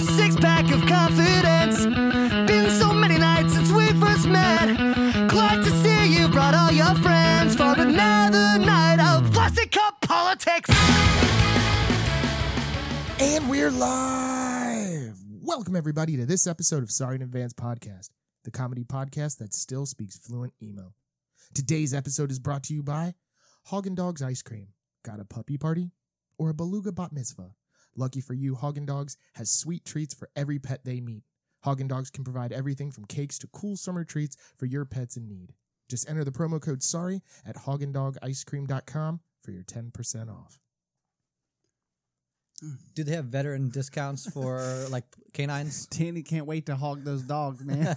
six pack of confidence. Been so many nights since we first met. Glad to see you brought all your friends for another night of plastic cup politics. And we're live! Welcome, everybody, to this episode of Sorry in Advance Podcast, the comedy podcast that still speaks fluent emo. Today's episode is brought to you by Haagen Dogs Ice Cream. Got a puppy party? Or a beluga bat mitzvah? Lucky for you, Haagen Dogs has sweet treats for every pet they meet. Haagen Dogs can provide everything from cakes to cool summer treats for your pets in need. Just enter the promo code SORRY at haagendogicecream.com for your 10% off. Do they have veteran discounts for like canines? Tandy can't wait to hog those dogs, man.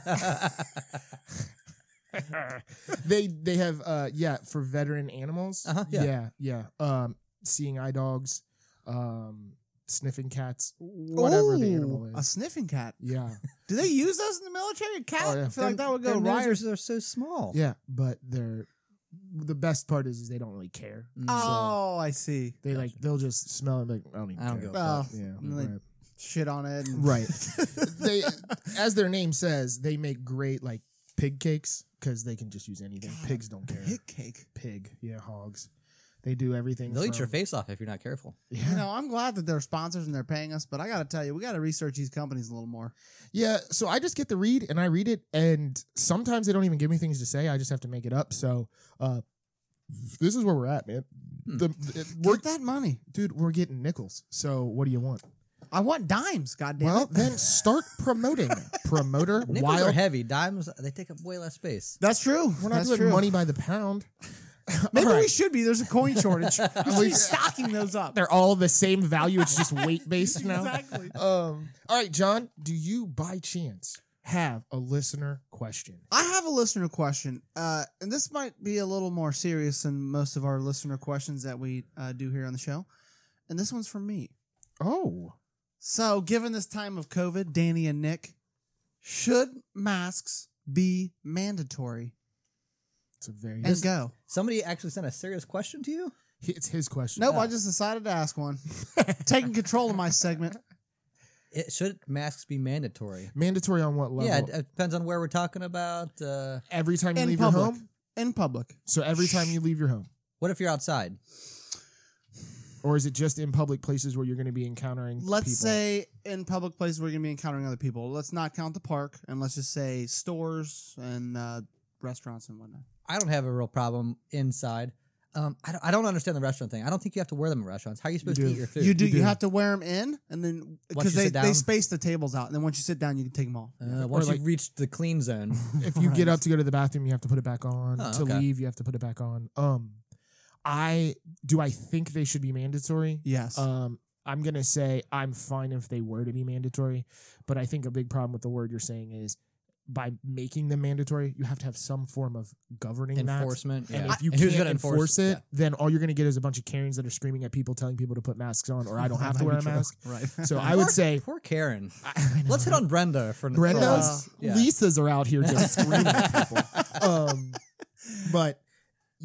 they they have uh yeah for veteran animals Uh-huh, yeah. yeah. yeah um seeing eye dogs um sniffing cats whatever the Ooh, animal A is sniffing cat. yeah Do they use those in the military? A cat? Oh, yeah. I feel like that would go Their right. risers are so small. yeah but they're the best part is, is they don't really care Mm. Oh, I see. they like they'll just smell it like I don't even I don't care give a Oh, fuck. yeah I'm like- right. Shit on it. and- Right. they as their name says they make great like pig cakes because they can just use anything God, pigs don't care Hit cake. pig yeah hogs they do everything They'll eat from- your face off if you're not careful. yeah You know, I'm glad that they're sponsors and they're paying us, but I got to tell you, we got to research these companies a little more. Yeah, so I just get the read and I read it, and sometimes they don't even give me things to say. I just have to make it up. So, uh, this is where we're at, man. Hmm. The, it- we're, Work that money. dude, we're getting nickels. So, what do you want? I want dimes. Goddamn. well, it. then start promoting, promoter. Nickels wild. are heavy. Dimes they take up way less space. that's true. we're not that's doing true. money by the pound. Maybe All we right. should be. There's a coin shortage. we should be stocking those up. They're all the same value. It's just weight based now. Exactly. Um. All right, John. Do you by chance have a listener question? I have a listener question, uh, and this might be a little more serious than most of our listener questions that we uh, do here on the show. And this one's from me. Oh, So, given this time of COVID, Danny and Nick, should masks be mandatory? it's a very. And go. Somebody actually sent a serious question to you? It's his question. Nope, I just decided to ask one. Taking control of my segment. It, should masks be mandatory? Mandatory on what level? Yeah, it, it depends on where we're talking about. Uh, every time you In leave your public. home. In public. So every time you leave your home, what if you're outside? or is it just in public places where you're going to be encountering? Let's people? say in public places we're going to be encountering other people. Let's not count the park, and let's just say stores and uh, restaurants and whatnot. I don't have a real problem inside. Um, I, don't, I don't understand the restaurant thing. I don't think you have to wear them in restaurants. How are you supposed do. to eat your food? you do. you You, do. have to wear them in, and then Once you because they, sit down? they space the tables out, and then once you sit down, you can take them off. Oh, Uh, once like- you've reached the clean zone, if you get up to go to the bathroom, you have to put it back on. Oh, to okay. leave, you have to put it back on. Um, I do. I think they should be mandatory. Yes. Um, I'm going to say I'm fine if they were to be mandatory, but I think a big problem with the word you're saying is by making them mandatory, you have to have some form of governing that. enforcement. And yeah. if you And can't gonna enforce, it, then all you're going to get is a bunch of Karens that are screaming at people telling people to put masks on, or I don't have to Might wear be a true. mask. Right. So yeah. I would Poor- say, poor Karen. I know, Let's hit right? on Brenda for Brenda's, for a while. Yeah. Lisa's are out here just screaming at people. Um, but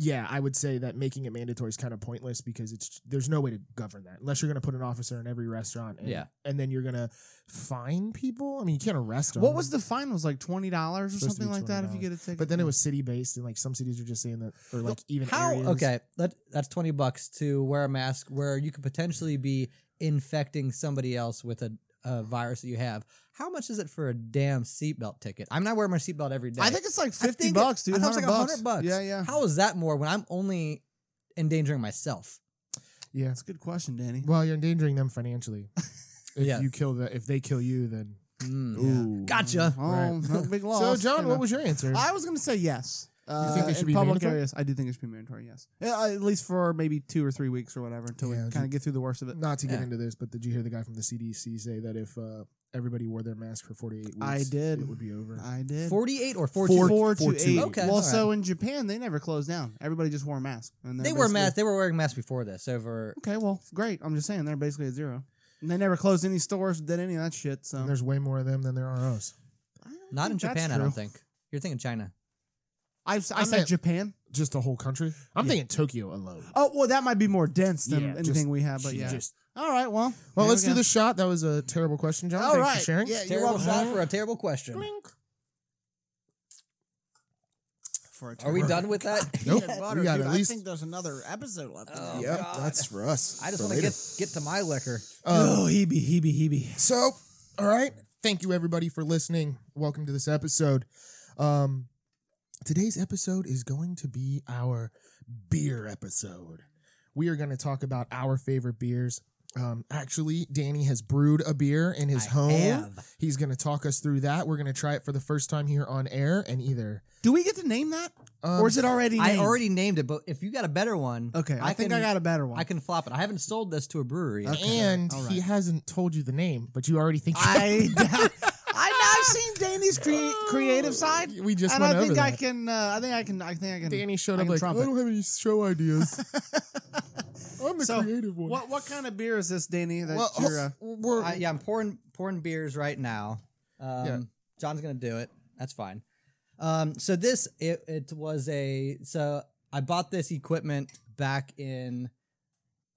yeah, I would say that making it mandatory is kind of pointless because it's there's no way to govern that unless you're going to put an officer in every restaurant. And, Yeah. and then you're going to fine people. I mean, you can't arrest them. What was the fine? Was like twenty dollars or Supposed to be something like that if you $20. get a ticket. But then it was city based, and like some cities are just saying that, or like even How areas. okay? That that's twenty bucks to wear a mask where you could potentially be infecting somebody else with a, a virus that you have. How much is it for a damn seatbelt ticket? I'm not wearing my seatbelt every day. I think it's like I fifty think it- bucks, dude. I thought it was like $100 hundred bucks. Yeah, yeah. How is that more when I'm only endangering myself? Yeah. That's a good question, Danny. Well, you're endangering them financially. If Yeah. you kill the, if they kill you, then Mm. ooh. Gotcha. Oh, no big loss. So, John, you what know. was your answer? I was gonna say yes. Uh, think they should in be public mandatory? areas? I do think it should be mandatory. Yes, yeah, uh, at least for maybe two or three weeks or whatever until Yeah, we kind of get through the worst of it. Not to get Yeah. into this, but did you hear the guy from the CDC say that if uh, everybody wore their mask for 48 weeks, I did. it would be over? I did. Forty-eight or Four- forty? four to four to eight. eight. Okay, well, all so in Japan, they never closed down. Everybody just wore a mask. And they're They were basically- masks. They were wearing masks before this. Over Okay, well, great. I'm just saying they're basically at zero. And they never closed any stores, did any of that shit. So And there's way more of them than there are us. I don't not in think that's Japan. I don't true. think you're thinking China. I've, I I said meant- Japan. Just the whole country. I'm Yeah. thinking Tokyo alone. Oh well, that might be more dense than Yeah, anything just- we have. But yeah, Just All right. Well. Well, there let's we do go. the shot. That was a terrible question, John. All Thanks right. for sharing. Yeah, you're Terrible welcome. shot for a terrible question. For a Are we turn. done with that? Nope. Peanut We butter, got dude. at I least- think there's another episode left. of Oh, that. Yep, God. that's for us. I just for want to later. get get to my liquor. Um, oh, hebe, hebe, hebe. So, all right. Thank you, everybody, for listening. Welcome to this episode. Um, today's episode is going to be our beer episode. We are going to talk about our favorite beers. Um, actually, Danny has brewed a beer in his I home. have. He's going to talk us through that. We're going to try it for the first time here on air, and either Do we get to name that, um, or is it already? I named? already named it, but if you got a better one, Okay, I, think can, I got a better one. I can flop it. I haven't sold this to a brewery. yet. Okay. and All he right. hasn't told you the name, but you already think I, I I've seen Danny's cre- creative side, we just and went I over think that. I can. Uh, I think I can. I think I can. Danny showed up I can like trump I it." don't have any show ideas. I'm the So, creative one. What what kind of beer is this, Danny? That Well, oh, you're, uh, we're- I, yeah, I'm pouring pouring beers right now. Um, John's gonna do it. That's fine. Um, so this it, it was a so I bought this equipment back in.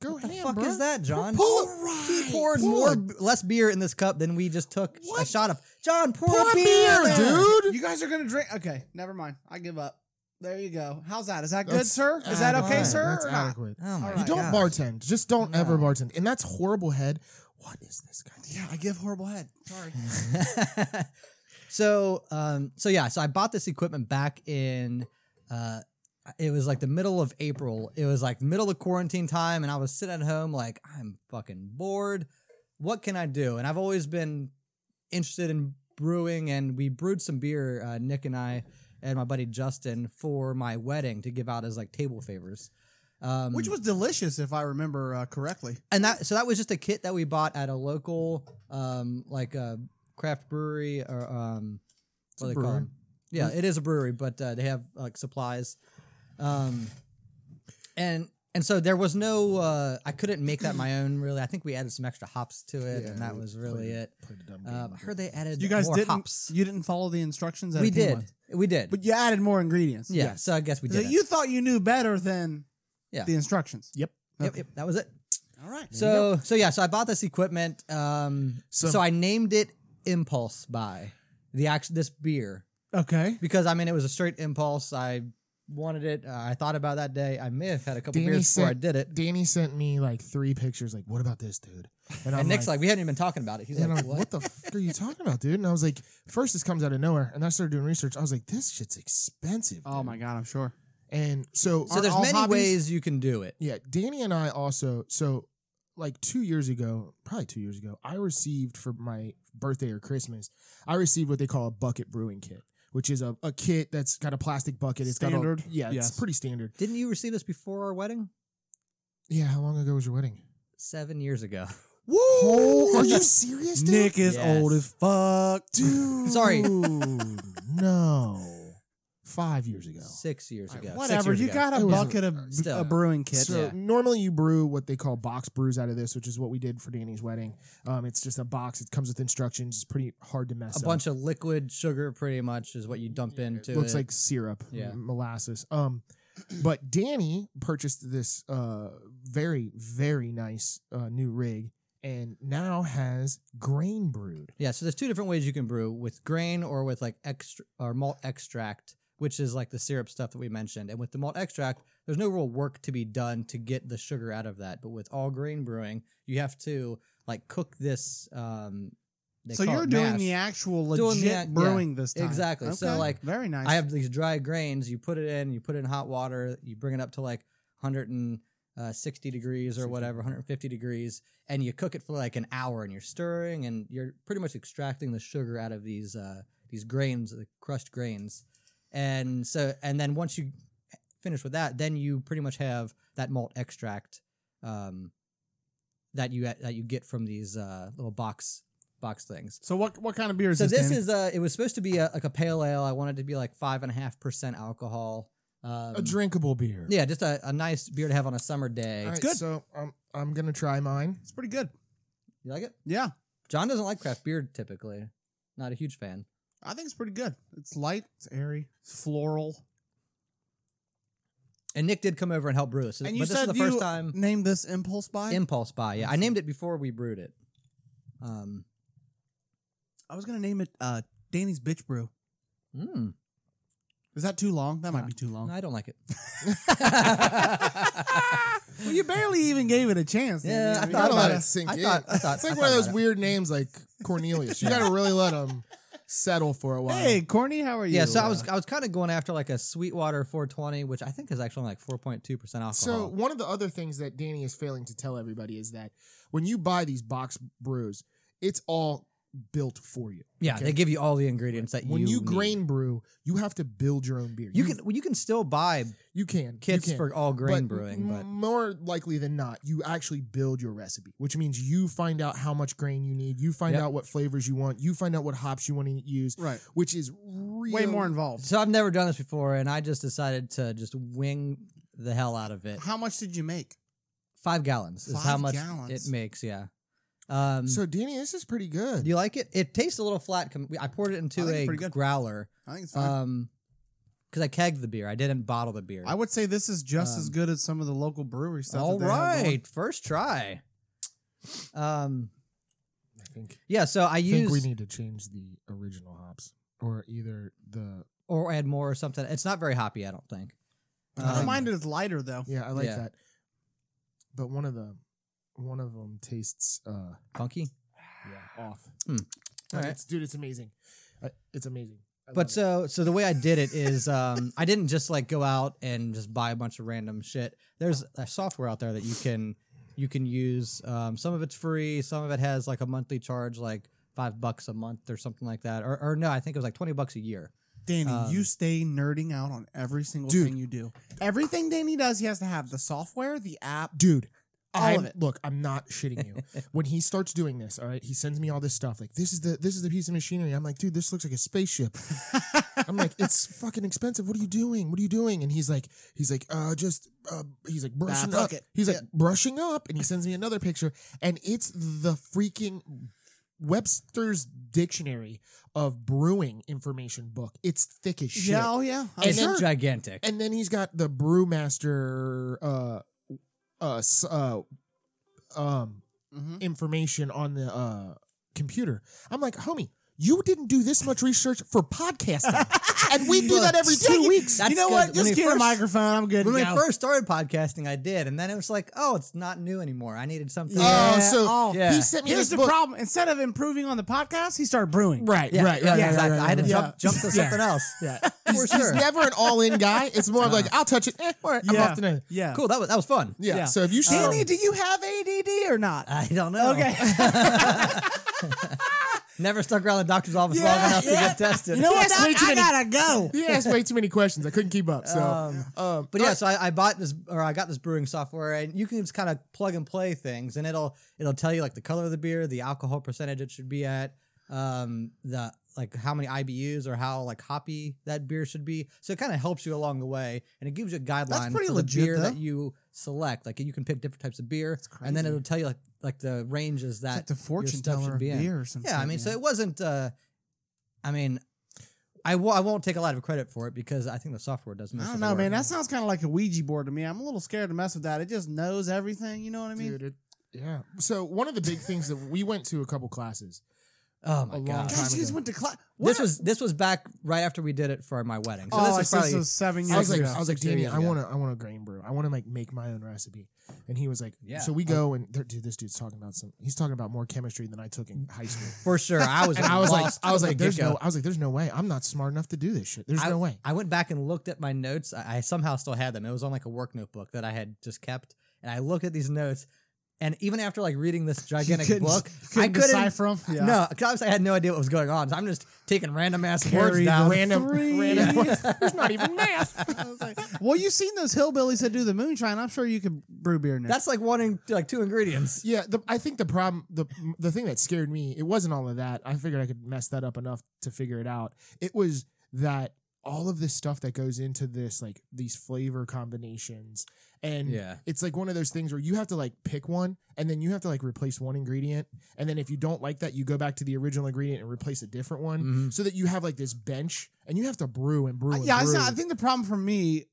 go What the ham, fuck bruh. is that, John? Pour- He poured pour more it. b- less beer in this cup than we just took a What? shot of. John, pour, Pour a beer, beer, dude. dude. you guys are gonna drink. Okay, never mind. I give up. There you go. How's that? Is that good, That's sir? Is that okay, adequate. sir? That's or not? adequate. Oh my You You god! don't gosh. bartend. Just don't ever No. bartend. And that's horrible head. What is this guy? Yeah, I give horrible head. Sorry. so um so yeah so i bought this equipment back in uh it was like the middle of april it was like middle of quarantine time and i was sitting at home like i'm fucking bored what can i do and i've always been interested in brewing and we brewed some beer uh, nick and i and my buddy justin for my wedding to give out as like table favors um, Which was delicious, if I remember uh, correctly. and that so that was just a kit that we bought at a local um like a craft brewery or um a what do they call brewery. 'em? yeah it is a brewery but uh, they have like supplies um and and so there was no uh i couldn't make that my own really i think we added some extra hops to it and that was really it Played a dumb game. um, i heard they added You guys more didn't. hops You didn't follow the instructions. That we it came did with. we did but you added more ingredients. yeah so i guess we So did it. you thought you knew better than Yeah. the instructions. yep. yep, yep, that was it All right. so so yeah so i bought this equipment um So- so, i named it impulse by the act this beer okay. because i mean it was a straight impulse i wanted it uh, i thought about that day i may have had a couple Danny beers before i sent- did it Danny sent me like three pictures. Like, what about this, dude? I'm and nick's like, we hadn't even been talking about it he's And I'm like like, what, what the fuck are you talking about, dude? And I was like, first this comes out of nowhere, and I started doing research. I was like, this shit's expensive. Oh dude. my god, I'm sure. And so, so there's all many hobbies- ways you can do it yeah, Danny and I also so like two years ago, probably two years ago, I received for my birthday or Christmas, I received what they call a bucket brewing kit, which is a, a kit that's got a plastic bucket. It's Standard? got all, yeah, Yes. it's pretty standard. didn't you receive this before our wedding Yeah, how long ago was your wedding? seven years ago Woo! Oh, are you serious, dude? Nick is Yes. old as fuck, dude, Sorry. no, five years ago. six years ago Six Whatever. years You ago. got a It was- bucket of Still. a brewing kit. So Yeah. normally you brew what they call box brews out of this, which is what we did for Danny's wedding. Um, it's just a box. It comes with instructions. It's pretty hard to mess a up. bunch of liquid sugar pretty much is what you dump into looks it. like syrup, Yeah. m- molasses. Um, but Danny purchased this uh very very nice uh, new rig and now has grain brewed. Yeah, so there's two different ways you can brew with grain or with like extra or malt extract, which is like the syrup stuff that we mentioned. And with the malt extract, there's no real work to be done to get the sugar out of that. But with all grain brewing, you have to like cook this. Um, they So call you're it doing mash. the actual Doing legit the ac- yeah, brewing this time. exactly. So, like, very nice. I have these dry grains. You put it in. You put it in hot water. You bring it up to like 160 degrees or whatever, 150 degrees, and you cook it for like an hour. And you're stirring, and you're pretty much extracting the sugar out of these uh, these grains, the crushed grains. And so, and then once you finish with that, then you pretty much have that malt extract um, that you that you get from these uh, little box box things. so what what kind of beer is So this Danny? is uh it was supposed to be a, like a pale ale. I wanted to be like five and a half percent alcohol. Um, a drinkable beer. Yeah, just a, a nice beer to have on a summer day. All right, good. So um, I'm gonna try mine. it's pretty good. You like it? Yeah, John doesn't like craft beer typically. Not a huge fan. I think it's pretty good. It's light. It's airy. It's floral. And Nick did come over and help brew this. And but you this is said the you first time named this impulse buy. impulse buy. Yeah, I named it before we brewed it. Um, I was gonna name it uh, Danny's Bitch Brew. mm, Is that too long? That might be too long. I don't like it. well, you barely even gave it a chance. Danny. Yeah, I mean, You gotta thought you let about it it. sink I in. thought- I thought- it's like I one of thought those about it. weird names like Cornelius. You gotta really let them settle for a while. Hey, Corny, how are you? Yeah, so I Uh, was I was kind of going after like a Sweetwater 420, which I think is actually like 4.2 percent alcohol. So one of the other things that Danny is failing to tell everybody is that when you buy these box brews, it's all built for you. yeah, okay. they give you all the ingredients that When you, you need. grain brew, you have to build your own beer. You can well, you can still buy you can kits you can. for all grain But brewing, m- but more likely than not, you actually build your recipe, which means you find out how much grain you need, you find Yep. out what flavors you want, you find out what hops you want to use, right. which is real, Way more involved. so I've never done this before, and I just decided to just wing the hell out of it. How much did you make? Five gallons is how Five much gallons. it makes. Yeah. Um, So Danny, this is pretty good. do you like it? It tastes a little flat. com- I poured it I into think it's a pretty good. growler, I think it's fine. um, because I kegged the beer. I didn't bottle the beer. I would say this is just as um, good as some of the local brewery stuff. All that they have going. right, first try. Um, I think. yeah. So I I think used we need to change the original hops, or either the or add more or something. It's not very hoppy, I don't think. I Um, don't mind it as Uh, lighter though. yeah, I like Yeah. that. But one of the one of them tastes uh Funky. yeah off. Hmm. But All right. it's- dude, it's amazing. Uh, It's amazing. I love But it. so so the way I did it is um I didn't just like go out and just buy a bunch of random shit. There's a software out there that you can you can use. Um, some of it's free. Some of it has like a monthly charge, like five bucks a month or something like that. Or, or no, I think it was like twenty bucks a year. Danny, Um, you stay nerding out on every single Dude. thing you do. Everything Danny does, he has to have the software, the app. dude. All I'm, of it. Look, I'm not shitting you. when he starts doing this, all right, he sends me all this stuff. Like this is the this is the piece of machinery. I'm like, dude, this looks like a spaceship. I'm like, it's fucking expensive. What are you doing? What are you doing? And he's like, he's like, uh, just, uh, he's like brushing fuck up. it. He's Yeah. like brushing up, and he sends me another picture, and it's the freaking Webster's Dictionary of brewing information book. It's thick as shit. Yeah, oh yeah. I'm And It's sure. gigantic. And then he's got the brewmaster, uh, uh, s- uh, um, Mm-hmm. Mhm. information on the uh computer. I'm like, homie. You didn't do this much research for podcasting, and we do that every two weeks. That's You know good. what? When Just we get a first- microphone. I'm good. When to we go. first started podcasting, I did, and then it was like, oh, it's not new anymore. I needed something. Oh, Yeah. so Oh. Yeah. he sent me Here's this the book. problem. Instead of improving on the podcast, he started brewing. Right, Yeah, right, yeah, right, yeah, right, exactly. right, I had to right, jump, right. jump to something else. Yeah. For He's sure. never an all-in guy. It's more of like I'll touch it. Eh, all right, I'm Yeah. off tonight. Yeah. Cool. That was that was fun. Um, Yeah. Yeah. So if you show Danny, do you have ADD or not? I don't know. Okay. Never stuck around the doctor's office Yeah, long enough to yeah. get tested. you know what? Yes, Doc? way too I many- gotta go. he asked way too many questions. I couldn't keep up. So, um, Um, but all yeah, right. so I, I bought this or I got this brewing software, and you can just kind of plug and play things, and it'll it'll tell you like the color of the beer, the alcohol percentage it should be at, um, the like how many IBUs or how like hoppy that beer should be. So it kind of helps you along the way, and it gives you a guideline pretty for legit, the beer though. that you select. Like you can pick different types of beer, and then crazy. it'll tell you like like the ranges that It's like the fortune stuff teller should of be in. beer or something. Yeah, I mean, so it wasn't. Uh, I mean, I w- I won't take a lot of credit for it because I think the software does most. I of don't the know, work. man. That sounds kind of like a Ouija board to me. I'm a little scared to mess with that. It just knows everything. You know what I mean? dude, it, yeah. So one of the big things that we went to a couple classes. Oh my a long god! time Guys, you just ago. went to class. This was this was back right after we did it for my wedding. So oh, this was I see, probably so seven years I was like, ago. I was like, Six years Danny, I ago. want to, I want a grain brew. I want to like make my own recipe. And he was like, Yeah. So we go and there- dude, this dude's talking about some. He's talking about more chemistry than I took in high school. for sure. I was And I was like, lost I was from like, the there's get-go. no, I was like, there's no way. I'm not smart enough to do this shit. There's no way. I went back and looked at my notes. I, I somehow still had them. It was on like a work notebook that I had just kept, and I looked at these notes. And even after like reading this gigantic couldn't- book, couldn't I couldn't decipher 'em? Yeah. No, because I had no idea what was going on. So I'm just taking random ass words Carry the down. Random, Three. random. There's not even math. well, you've seen those hillbillies that do the moonshine. I'm sure you could brew beer now. That's like wanting like two ingredients. Yeah, the, I think the problem, the the thing that scared me, it wasn't all of that. I figured I could mess that up enough to figure it out. It was that all of this stuff that goes into this, like these flavor combinations, and Yeah. it's like one of those things where you have to like pick one, and then you have to like replace one ingredient, and then if you don't like that, you go back to the original ingredient and replace a different one, Mm-hmm. Mhm. so that you have like this bench, and you have to brew and brew. And Uh, yeah, I, brew. saw- I think the problem for me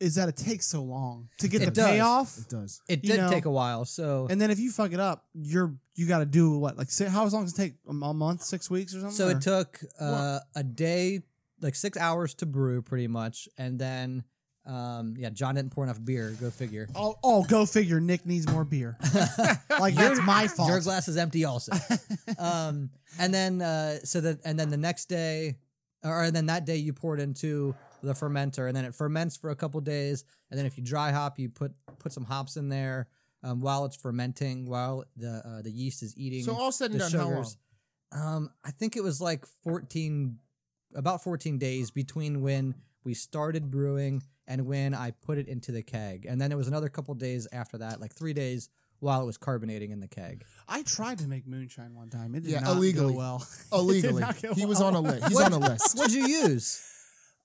is that it takes so long to get It the does. payoff. It does. It You did know, take a while, so And then if you fuck it up, you're you got to do what like say, how long does it take a m- a month, six weeks or something? so Or- it took uh, a day, like six hours to brew, pretty much, and then um, yeah, John didn't pour enough beer. Go figure. Oh, oh, go figure. Nick needs more beer. like that's my fault. Your glass is empty, also. um, and then uh, so that and then the next day, or and then that day you pour it into the fermenter, and then it ferments for a couple days, and then if you dry hop, you put put some hops in there um, while it's fermenting, while the uh, the yeast is eating. So all said and the done, how long? sugars. Um, I think it was like fourteen, about fourteen days between when we started brewing and when I put it into the keg, and then it was another couple days after that, like three days while it was carbonating in the keg. I tried to make moonshine one time. It did Yeah, not illegally. go well. Illegally, not go he was on well. a list. He's on a list. What'd you use?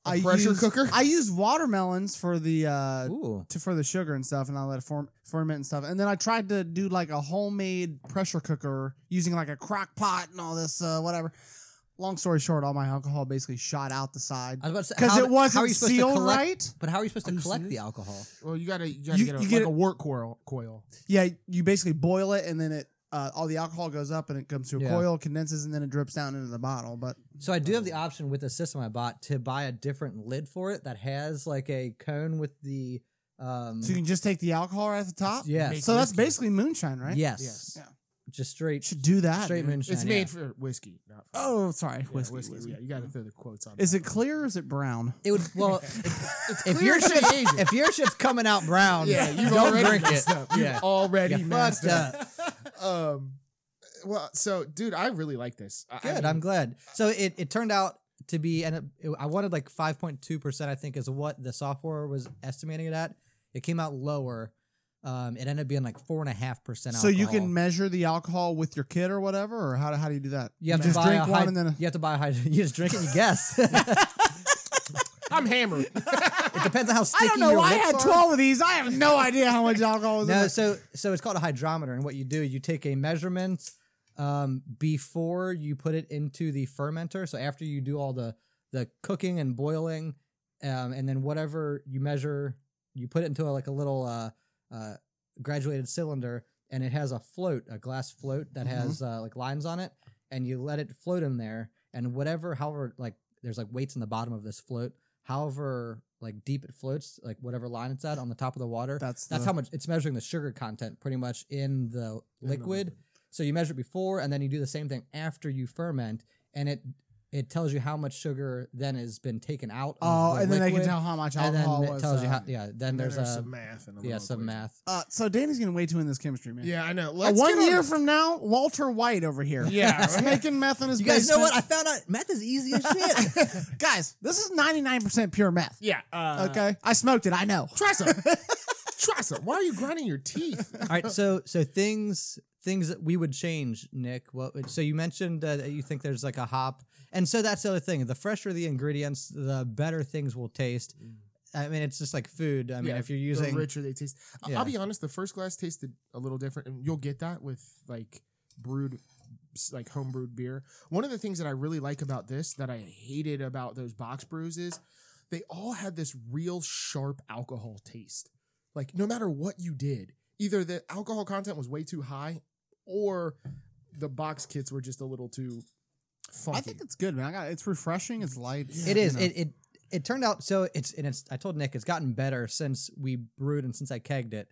A I pressure used- cooker? I used watermelons for the uh, Ooh, to for the sugar and stuff, and I let it form, ferment and stuff. And then I tried to do like a homemade pressure cooker using like a crock pot and all this uh, whatever. Long story short, all my alcohol basically shot out the side I was about to say because Uh, how- it how are wasn't you supposed to sealed collect- right. But how are you supposed to Are you collect the serious? alcohol? Well, you gotta you gotta You- get, a, you get like it- a wort coil. coil. Yeah, you basically boil it, and then it uh, all the alcohol goes up, and it comes to a Yeah. coil, condenses, and then it drips down into the bottle. But So I do have the option with the system I bought to buy a different lid for it that has like a cone with the um. so you can just take the alcohol right at the top. yeah. Make So that's whiskey. basically moonshine, right? Yes. Yes. Yeah. Just straight. Should do that. Straight dude. moonshine. It's made yeah. for whiskey, not for Oh, sorry, yeah, whiskey. whiskey. whiskey. Yeah, you gotta throw the quotes on. Is that. it clear or is it brown? It would well if clear your to shit the agent. if your shit's coming out brown, Yeah, you've don't already drink it. messed up. You've Yeah. already You messed fucked up. um, well, so dude, I really like this. I, I Good, mean, I'm glad. So it, it turned out to be and it, I wanted like 5.2 percent. I think is what the software was estimating it at. It came out lower. Um, it ended up being like four and a half percent. So you alcohol. can measure the alcohol with your kid or whatever, or how, do- how do you do that? you have to just buy drink a one hyd- and then. you have to buy a hyd- you just drink it and you guess. it I'm hammered. depends on how sticky your lips are. of these. I have no idea how much alcohol No, so so it's called a hydrometer, and what you do, you take a measurement um, before you put it into the fermenter. So after you do all the the cooking and boiling, um, and then whatever you measure, you put it into a, like a little uh, uh, graduated cylinder, and it has a float, a glass float that Mhm. has uh, like lines on it, and you let it float in there, and whatever, however, like there's like weights in the bottom of this float. However, like deep it floats, like whatever line it's at on the top of the water, That's that's the- how much it's measuring the sugar content pretty much in the liquid. So you measure it before and then you do the same thing after you ferment and it it tells you how much sugar then has been taken out of Oh, the and then they can liquid, tell how much and then alcohol it was, tells you uh, how yeah, then there's, a some math and a yeah, little some equation. math. Uh, so Danny's getting way too in this chemistry, man. Yeah, I know. Uh, Let's one get on- year from now, Walter White over here. Yeah, He's making meth in his You guys know what? I basement. found out meth is easy as shit. guys, this is 99% pure meth. yeah. Uh, Okay. I smoked it. I know. Try some. Try some. Why are you grinding your teeth? All right, so so things things that we would change, Nick. What would, so you mentioned uh, that you think there's like a hop, and so that's the other thing. The fresher the ingredients, the better things will taste. Mm. I mean, it's just like food. I mean, Yeah, if you're the using richer they taste. I- Yeah. I'll be honest, the first glass tasted a little different, and you'll get that with like brewed, s- like home brewed beer. One of the things that I really like about this that I hated about those box brews is they all had this real sharp alcohol taste. Like no matter what you did, either the alcohol content was way too high, or the box kits were just a little too funky. I think it's good, man. I got, it's refreshing. It's light. It is. You know. It, it it turned out so it's and it's I told Nick it's gotten better since we brewed and since I kegged it.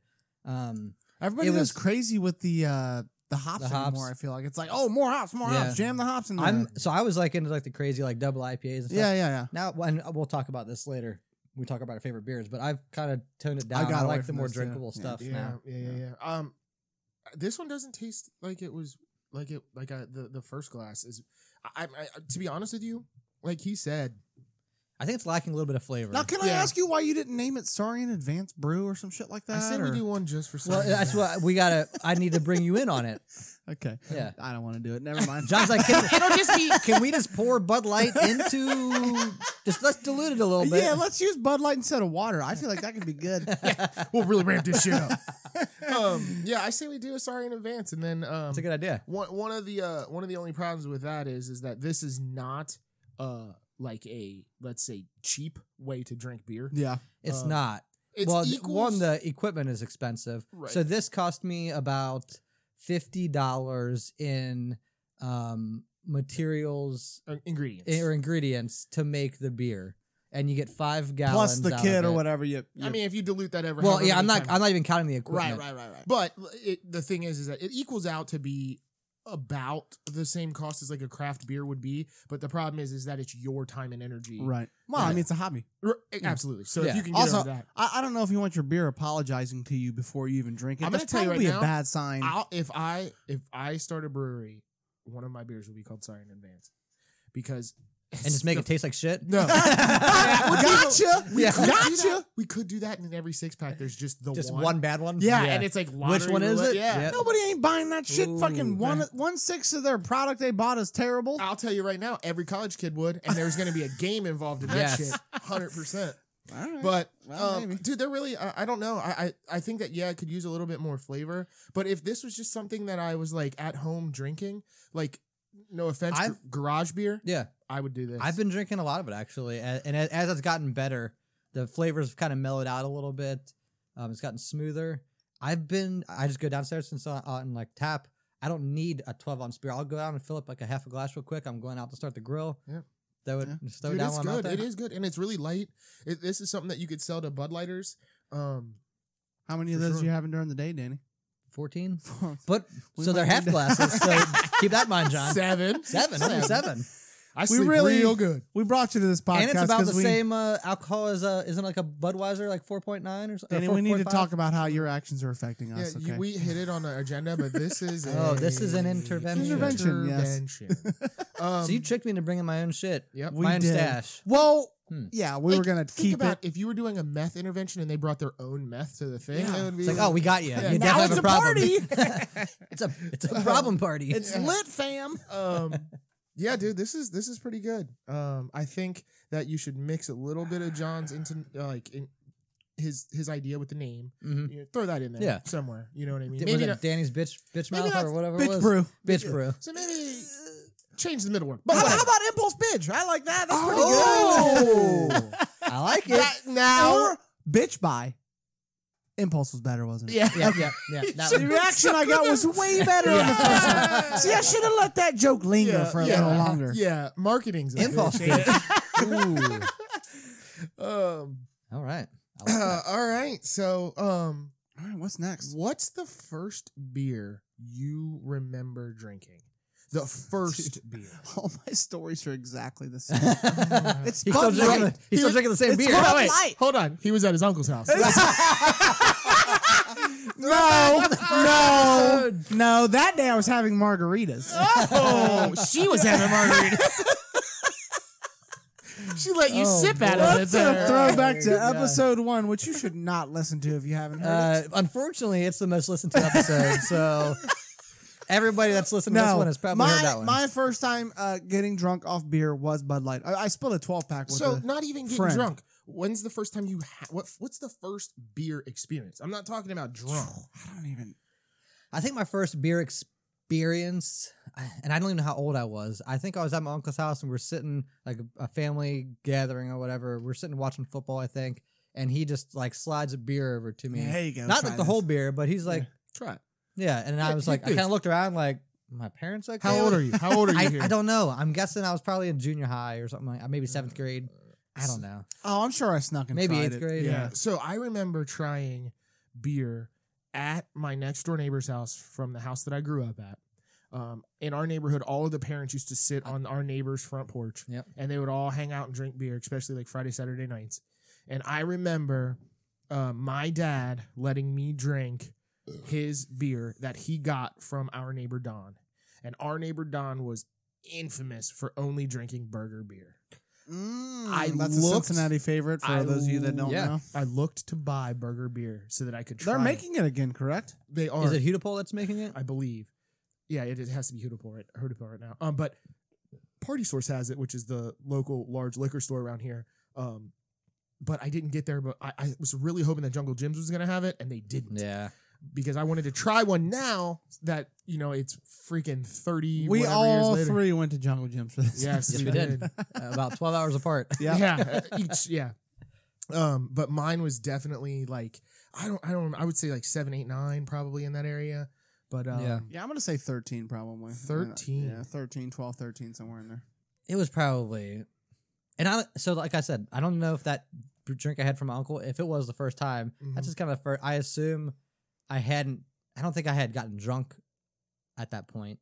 Um Everybody it goes was- crazy with the uh, the The hops hops. anymore. I feel like it's like, oh, more hops, more Yeah. hops. Jam the hops in there. I'm so I was like into like the crazy like double IPAs and stuff. yeah, yeah, yeah. Now and we'll talk about this later. We talk about our favorite beers, but I've kind of toned it I down. I, got away like the from more those too. drinkable Yeah. stuff yeah, now. yeah, yeah, yeah. Um, this one doesn't taste like it was like it like I, the the first glass is. I, I, I- to be honest with you, like he said, I think it's lacking a little bit of flavor. Now, can I Yeah. ask you why you didn't name it Sorry in Advance Brew or some shit like that? I said or- we do one just for. well, Simon. that's what we gotta. I need to bring you in on it. Okay. Yeah. I don't want to do it. Never mind. John's like, can, it'll just be. Can we just pour Bud Light into? Just let's dilute it a little bit. yeah, let's use Bud Light instead of water. I feel like that could be good. we'll really ramp this shit up. um, yeah, I say we do a sorry in advance, and then um, That's a good idea. one one of the uh one of the only problems with that is is that this is not uh like a let's say cheap way to drink beer. yeah. It's Uh, not. It's well, th- equals. one the equipment is expensive. So Right. this cost me about fifty dollars in um, materials eh, uh, ingredients. or ingredients to make the beer, and you get five gallons Plus the out of kid or it. whatever. You, I you- mean, if you dilute that over. Well, however yeah, I'm many not. times- I'm not even counting the equipment. right, right, right, right. But it, the thing is, is that it equals out to be about the same cost as like a craft beer would be. But the problem is, is that it's your time and energy. Right. Well, I Right. mean, it's a hobby. R- eh, Absolutely. So Mm. Yeah. if you can get Also, over that, I, I don't know if you want your beer apologizing to you before you even drink it. I'm gonna That's tell you right probably now, a bad sign. I'll, if I if I start a brewery, one of my beers will be called Sorry in Advance, because And just make it taste like shit. No. That would be the- gotcha. We Yeah. could do that. Gotcha. We could do that, and in every six pack, there's just the just one. one. bad one. Yeah, and it's like lottery one is roulette. it? Yeah. Yep. Nobody ain't buying that shit. Ooh. Fucking one one sixth of their product they bought is terrible. I'll tell you right now, every college kid would, and there's going to be a game involved in that Yes. shit, hundred percent. All Mm. right. But Well, um, maybe. dude, they're really. I, I don't know. I, I I think that yeah, I could use a little bit more flavor. But if this was just something that I was like at home drinking, like no offense, I've- gr- garage beer, yeah. I would do this. I've been drinking a lot of it actually, a- and a- as it's gotten better, the flavors have kind of mellowed out a little bit. Um, it's gotten smoother. I've been. I just go downstairs since on, on like tap. I don't need a twelve ounce beer. I'll go down and fill up like a half a glass real quick. I'm going out to start the grill. Yeah. Throw it. Yeah. Just throw Dude, down it's one out good. there. It is good, and it's really light. It, this is something that you could sell to Bud Lighters. Um, how many of for those sure. you having during the day, Danny? Fourteen. Well, But We so they're might half need to- glasses. So keep that in mind, John. seven, Seven. Only seven. I sleep really- real good. we brought you to this podcast and it's about 'cause the we, same uh, alcohol as a isn't it like a Budweiser like four point nine or something. Danny, we need to talk about how your actions are affecting Yeah, us. you- okay. we hit it on the agenda, but this is Oh, a- this is an it's intervention. Intervention, yes. Intervention. um, so you tricked me into bringing my own shit. Yep. We my own did. stash. well, Hmm. yeah, we Like, were gonna think keep about it. if you were doing a meth intervention and they brought their own meth to the thing. Yeah. It would be It's like, oh, we got you. Yeah, you now definitely it's have a a problem. it's a it's a problem party. It's lit, fam. um, yeah, dude, this is this is pretty good. Um, I think that you should mix a little bit of John's into uh, like in his his idea with the name. Mhm. You know, throw that in there Yeah. somewhere. You know what I mean? Did- was Maybe it not, Danny's bitch bitch maybe mouth not or whatever it Bitch was. brew. Bitch brew. so maybe change the middle word. How, But how whatever. about impulse bitch? I like that. That's pretty Oh. good. I like it. That now, Or bitch by. Impulse was better, wasn't it? yeah, yeah, yeah, yeah. That The one. reaction I got was way better on the first one. See, I should have let that joke linger Yeah, for a yeah, little longer. yeah, marketing's a Impulse bitch. Ooh. um, All right. I like uh, that. all right, so um, All right, what's next? What's the first beer you remember drinking? The first beer. All my stories are exactly the same. It's he's still, Bud drinking, Light. the- he's still drinking the same beer. Bud Light. Hold on. He was at his uncle's house. No, no, episode. no. That day I was having margaritas. oh, she was having margaritas. she let you Oh, sip at boy. it. That's a throwback to Yeah. episode one, which you should not listen to if you haven't heard. Uh, unfortunately, it's the most listened to episode. so everybody that's listened to this one has probably my, heard that one. My first time uh, getting drunk off beer was Bud Light. I, I spilled a 12 pack with So, a- not even getting friend. drunk. When's the first time you ha- what what's the first beer experience? I'm not talking about drunk. I don't even. I think my first beer experience, and I don't even know how old I was. I think I was at my uncle's house and we're sitting like a family gathering or whatever. We're sitting watching football, I think, and he just like slides a beer over to me. There you go. Not try like the this. whole beer, but he's like, Try it. yeah. And I Yeah, was you like, I do. kind of looked around like, my parents okay? How old are you? How old are you I, here? I don't know. I'm guessing I was probably in junior high or something like maybe seventh Uh, grade. I don't know. Oh, I'm sure I snuck in. Maybe tried eighth it. grade. Yeah. So I remember trying beer at my next door neighbor's house from the house that I grew up at. Um, in our neighborhood, all of the parents used to sit on our neighbor's front porch Yep. and they would all hang out and drink beer, especially like Friday, Saturday nights. And I remember uh, my dad letting me drink his beer that he got from our neighbor Don. And our neighbor Don was infamous for only drinking burger beer. Mm, I that's a looked- Cincinnati favorite for I those of you that don't yeah. know. I looked to buy burger beer so that I could try. They're it. making it again, correct? They are. Is it Hudapole that's making it? I believe. Yeah, it, it has to be Hudapar right, Hudapar right now. Um, but Party Source has it, which is the local large liquor store around here. Um, but I didn't get there. But I, I was really hoping that Jungle Jim's was going to have it, and they didn't Yeah. because I wanted to try one now that you know it's freaking thirty. We whatever all years later. three went to Jungle Gyms for this. Yes, Yes, we did. About 12 uh, hours apart. Yeah. Yeah, uh, each. Yeah. Um, but mine was definitely like I don't I don't I would say like seven, eight, nine probably in that area. But um, Yeah. Yeah, I'm going to say 13 probably. 13. Yeah, 13, 12, 13, somewhere in there. It was probably, and I so like I said, I don't know if that drink I had from my uncle, if it was the first time, Mm-hmm. Mhm. that's just kind of the first. I assume I hadn't. I don't think I had gotten drunk at that point.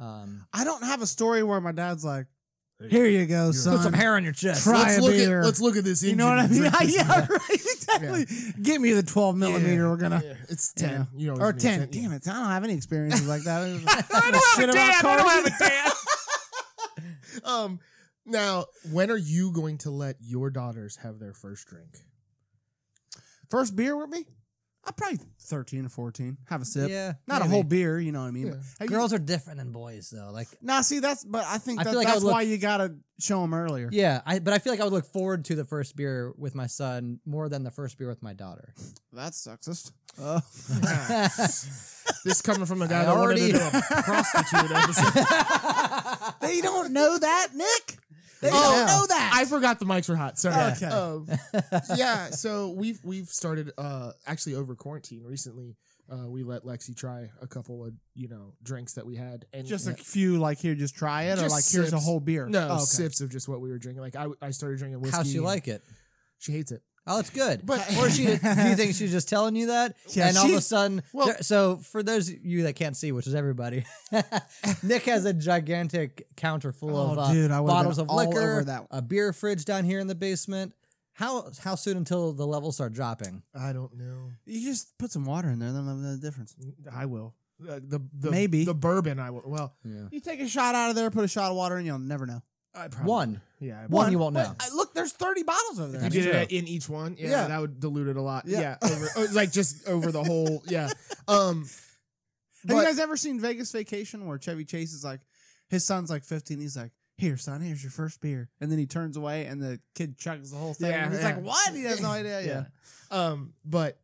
Um, I don't have a story where my dad's like, Hey, here you go, put son. on your chest. Try let's a look beer. at let's look at this. you know what I engine mean? and drink this yeah, and right. Exactly. Give me the 12 that. millimeter. Yeah, We're going to. yeah. It's ten. Yeah. You know, Or 10. Damn it. I don't have any experiences like that. I Shit about cars. dad. um, now when are you going to let your daughters have their first drink? First beer with me? I'm probably 13 or 14. Have a sip. Yeah, Not a maybe. whole beer, you know what I mean? Yeah. Hey, Girls are different than boys, though. Like, Nah, see, that's, but I think I that, feel like I that's would why you gotta show them earlier. yeah, I but I feel like I would look forward to the first beer with my son more than the first beer with my daughter. That's sexist. Uh, This coming from a I guy that wanted to already- do a prostitute episode. they don't know that, Nick. They Oh, don't know that. I forgot the mics were hot. Sorry. Okay. Um, yeah. So we've we've started uh, actually over quarantine recently. Uh, we let Lexi try a couple of you know drinks that we had, and just a few, like here, just try it, or Just like here's a sips. whole beer. no Oh, okay. sips of just what we were drinking. Like I, I started drinking whiskey. How she and like it? She hates it. Oh, it's good. But- or she? Do you think she's just telling you that? Yeah, and all of she- a sudden, well- there- so for those of you that can't see, which is everybody, Nick has a gigantic counter full Oh, of uh, dude, I would've bottles been of all liquor, over that. a beer fridge down here in the basement. How how soon until the levels start dropping? I don't know. You just put some water in there, then there'll be no difference. I will. Uh, the, the Maybe. the bourbon. I will. Well, Yeah. You take a shot out of there, put a shot of water in, you'll never know. I probably, One, Yeah. I- one you won't know. But, uh, look, there's 30 bottles over If there. you That's did true. it in each one, yeah, Yeah. that would dilute it a lot. Yeah, Yeah. over, oh, like just over the whole, yeah. Um, Have you but- guys ever seen Vegas Vacation where Chevy Chase is like, his son's like 15. He's like, here, son, here's your first beer. And then he turns away and the kid chugs the whole thing. Yeah, he's yeah. like, what? He has no idea. Yeah. Yeah. Um, but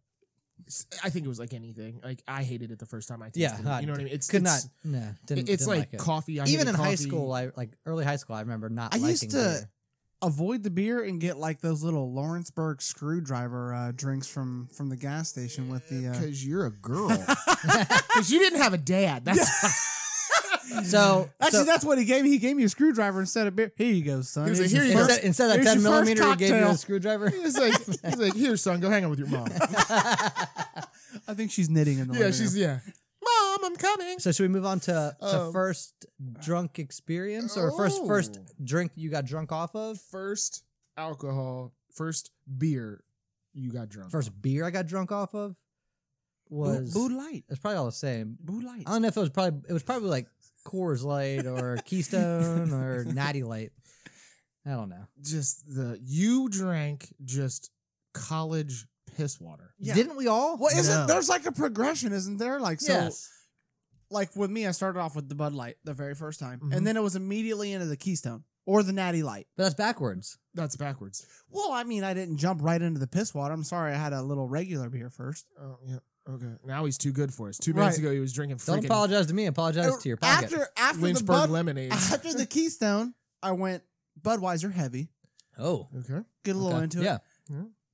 s- I think it was like anything. Like I hated it the first time I tasted Yeah, it. I you know what I mean? It's Could it's, not. No, didn't. it's didn't like, it. coffee. I even hated in high coffee. school, I like early high school. I remember not. I liking used to- beer. Avoid the beer and get like those little Lawrenceburg screwdriver uh, drinks from from the gas station with the. Uh, because you're a girl. Because you didn't have a dad. That's So Actually, so- that's what he gave me. He gave me a screwdriver instead of beer. Here you go, son. He was Here's like, your "Here you go." first- instead, instead of that Here's your ten first millimeter, he gave you a cocktail. screwdriver. he's like he's like here, son, go hang out with your mom. I think she's knitting in the. yeah, living she's room. yeah. Mom, I'm coming. So should we move on to, to Um, first drunk experience or first oh. first drink you got drunk off of? First alcohol, first beer, you got drunk. First beer I got drunk off of was Bud Light. it's probably all the same. Bud Light. I don't know if it was probably it was probably like Coors Light or Keystone or Natty Light. I don't know. just the you drank just college piss water. Yeah. Didn't we all? Oh, Well, isn't No. there's like a progression, isn't there? Like so, yes. like with me, I started off with the Bud Light the very first time, Mhm. Mm-hmm. and then it was immediately into the Keystone or the Natty Light. But that's backwards. That's backwards. Well, I mean, I didn't jump right into the piss water. I'm sorry, I had a little regular beer first. Oh yeah. Okay. Now he's too good for us. Two minutes Right. ago he was drinking Don't freaking apologize to me. Apologize to your pocket. Er, After after the Lynchburg Bud, lemonade. after the Keystone, I went Budweiser heavy, oh, okay. get a little okay. into it. Yeah.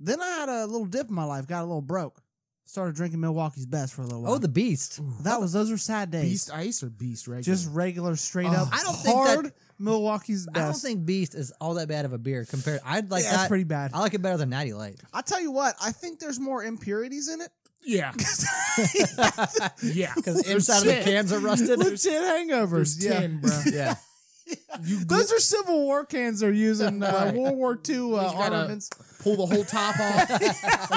Then I had a little dip in my life, got a little broke, started drinking Milwaukee's Best for a little while. Oh, the Beast. that was those are sad days. Beast ice or beast regular? just regular, straight Oh. up. I don't think that- hard Milwaukee's Best. I don't think Beast is all that bad of a beer compared. I'd like Yeah, that. that's pretty bad. I like it better than Natty Light. I'll tell you what, I think there's more impurities in it. yeah, yeah. Because There's inside of the 10. cans are rusted. Legit hangovers. There's Yeah. ten, bro. yeah. You gl- Those are Civil War cans they're using uh, Right. World War II uh, He's got a- armaments. pull the whole top off. like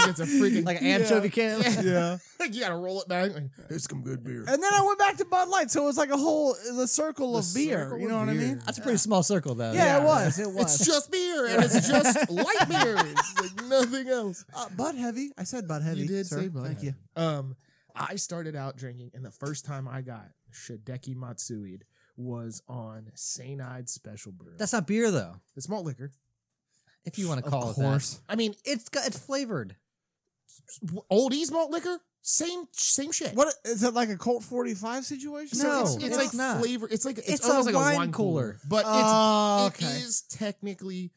it's a freaking. Like an Yeah. anchovy can. yeah. you gotta roll it back. Like, it's some good beer. And then I went back to Bud Light, so it was like a whole the circle The of beer. circle You know of what I beer. mean? That's a pretty small circle, though. Yeah, yeah. it was. It was. It's just beer, and it's just light beer. It's like nothing else. uh, Bud Heavy. I said Bud Heavy. you did sir. say Bud Thank Heavy. you. Um, I started out drinking, and the first time I got Shideki Matsuid was on St. Ides Special Brew. That's not beer, though. it's malt liquor. If you want to call of it course. I mean, that. It's got it's flavored. Old East malt liquor, same same shit. What is it like a Colt 45 situation? No. So it's, No, it's it's like not. flavor. It's like it's, It's a almost like a wine wine cooler, cooler. but it's Oh, it okay. is technically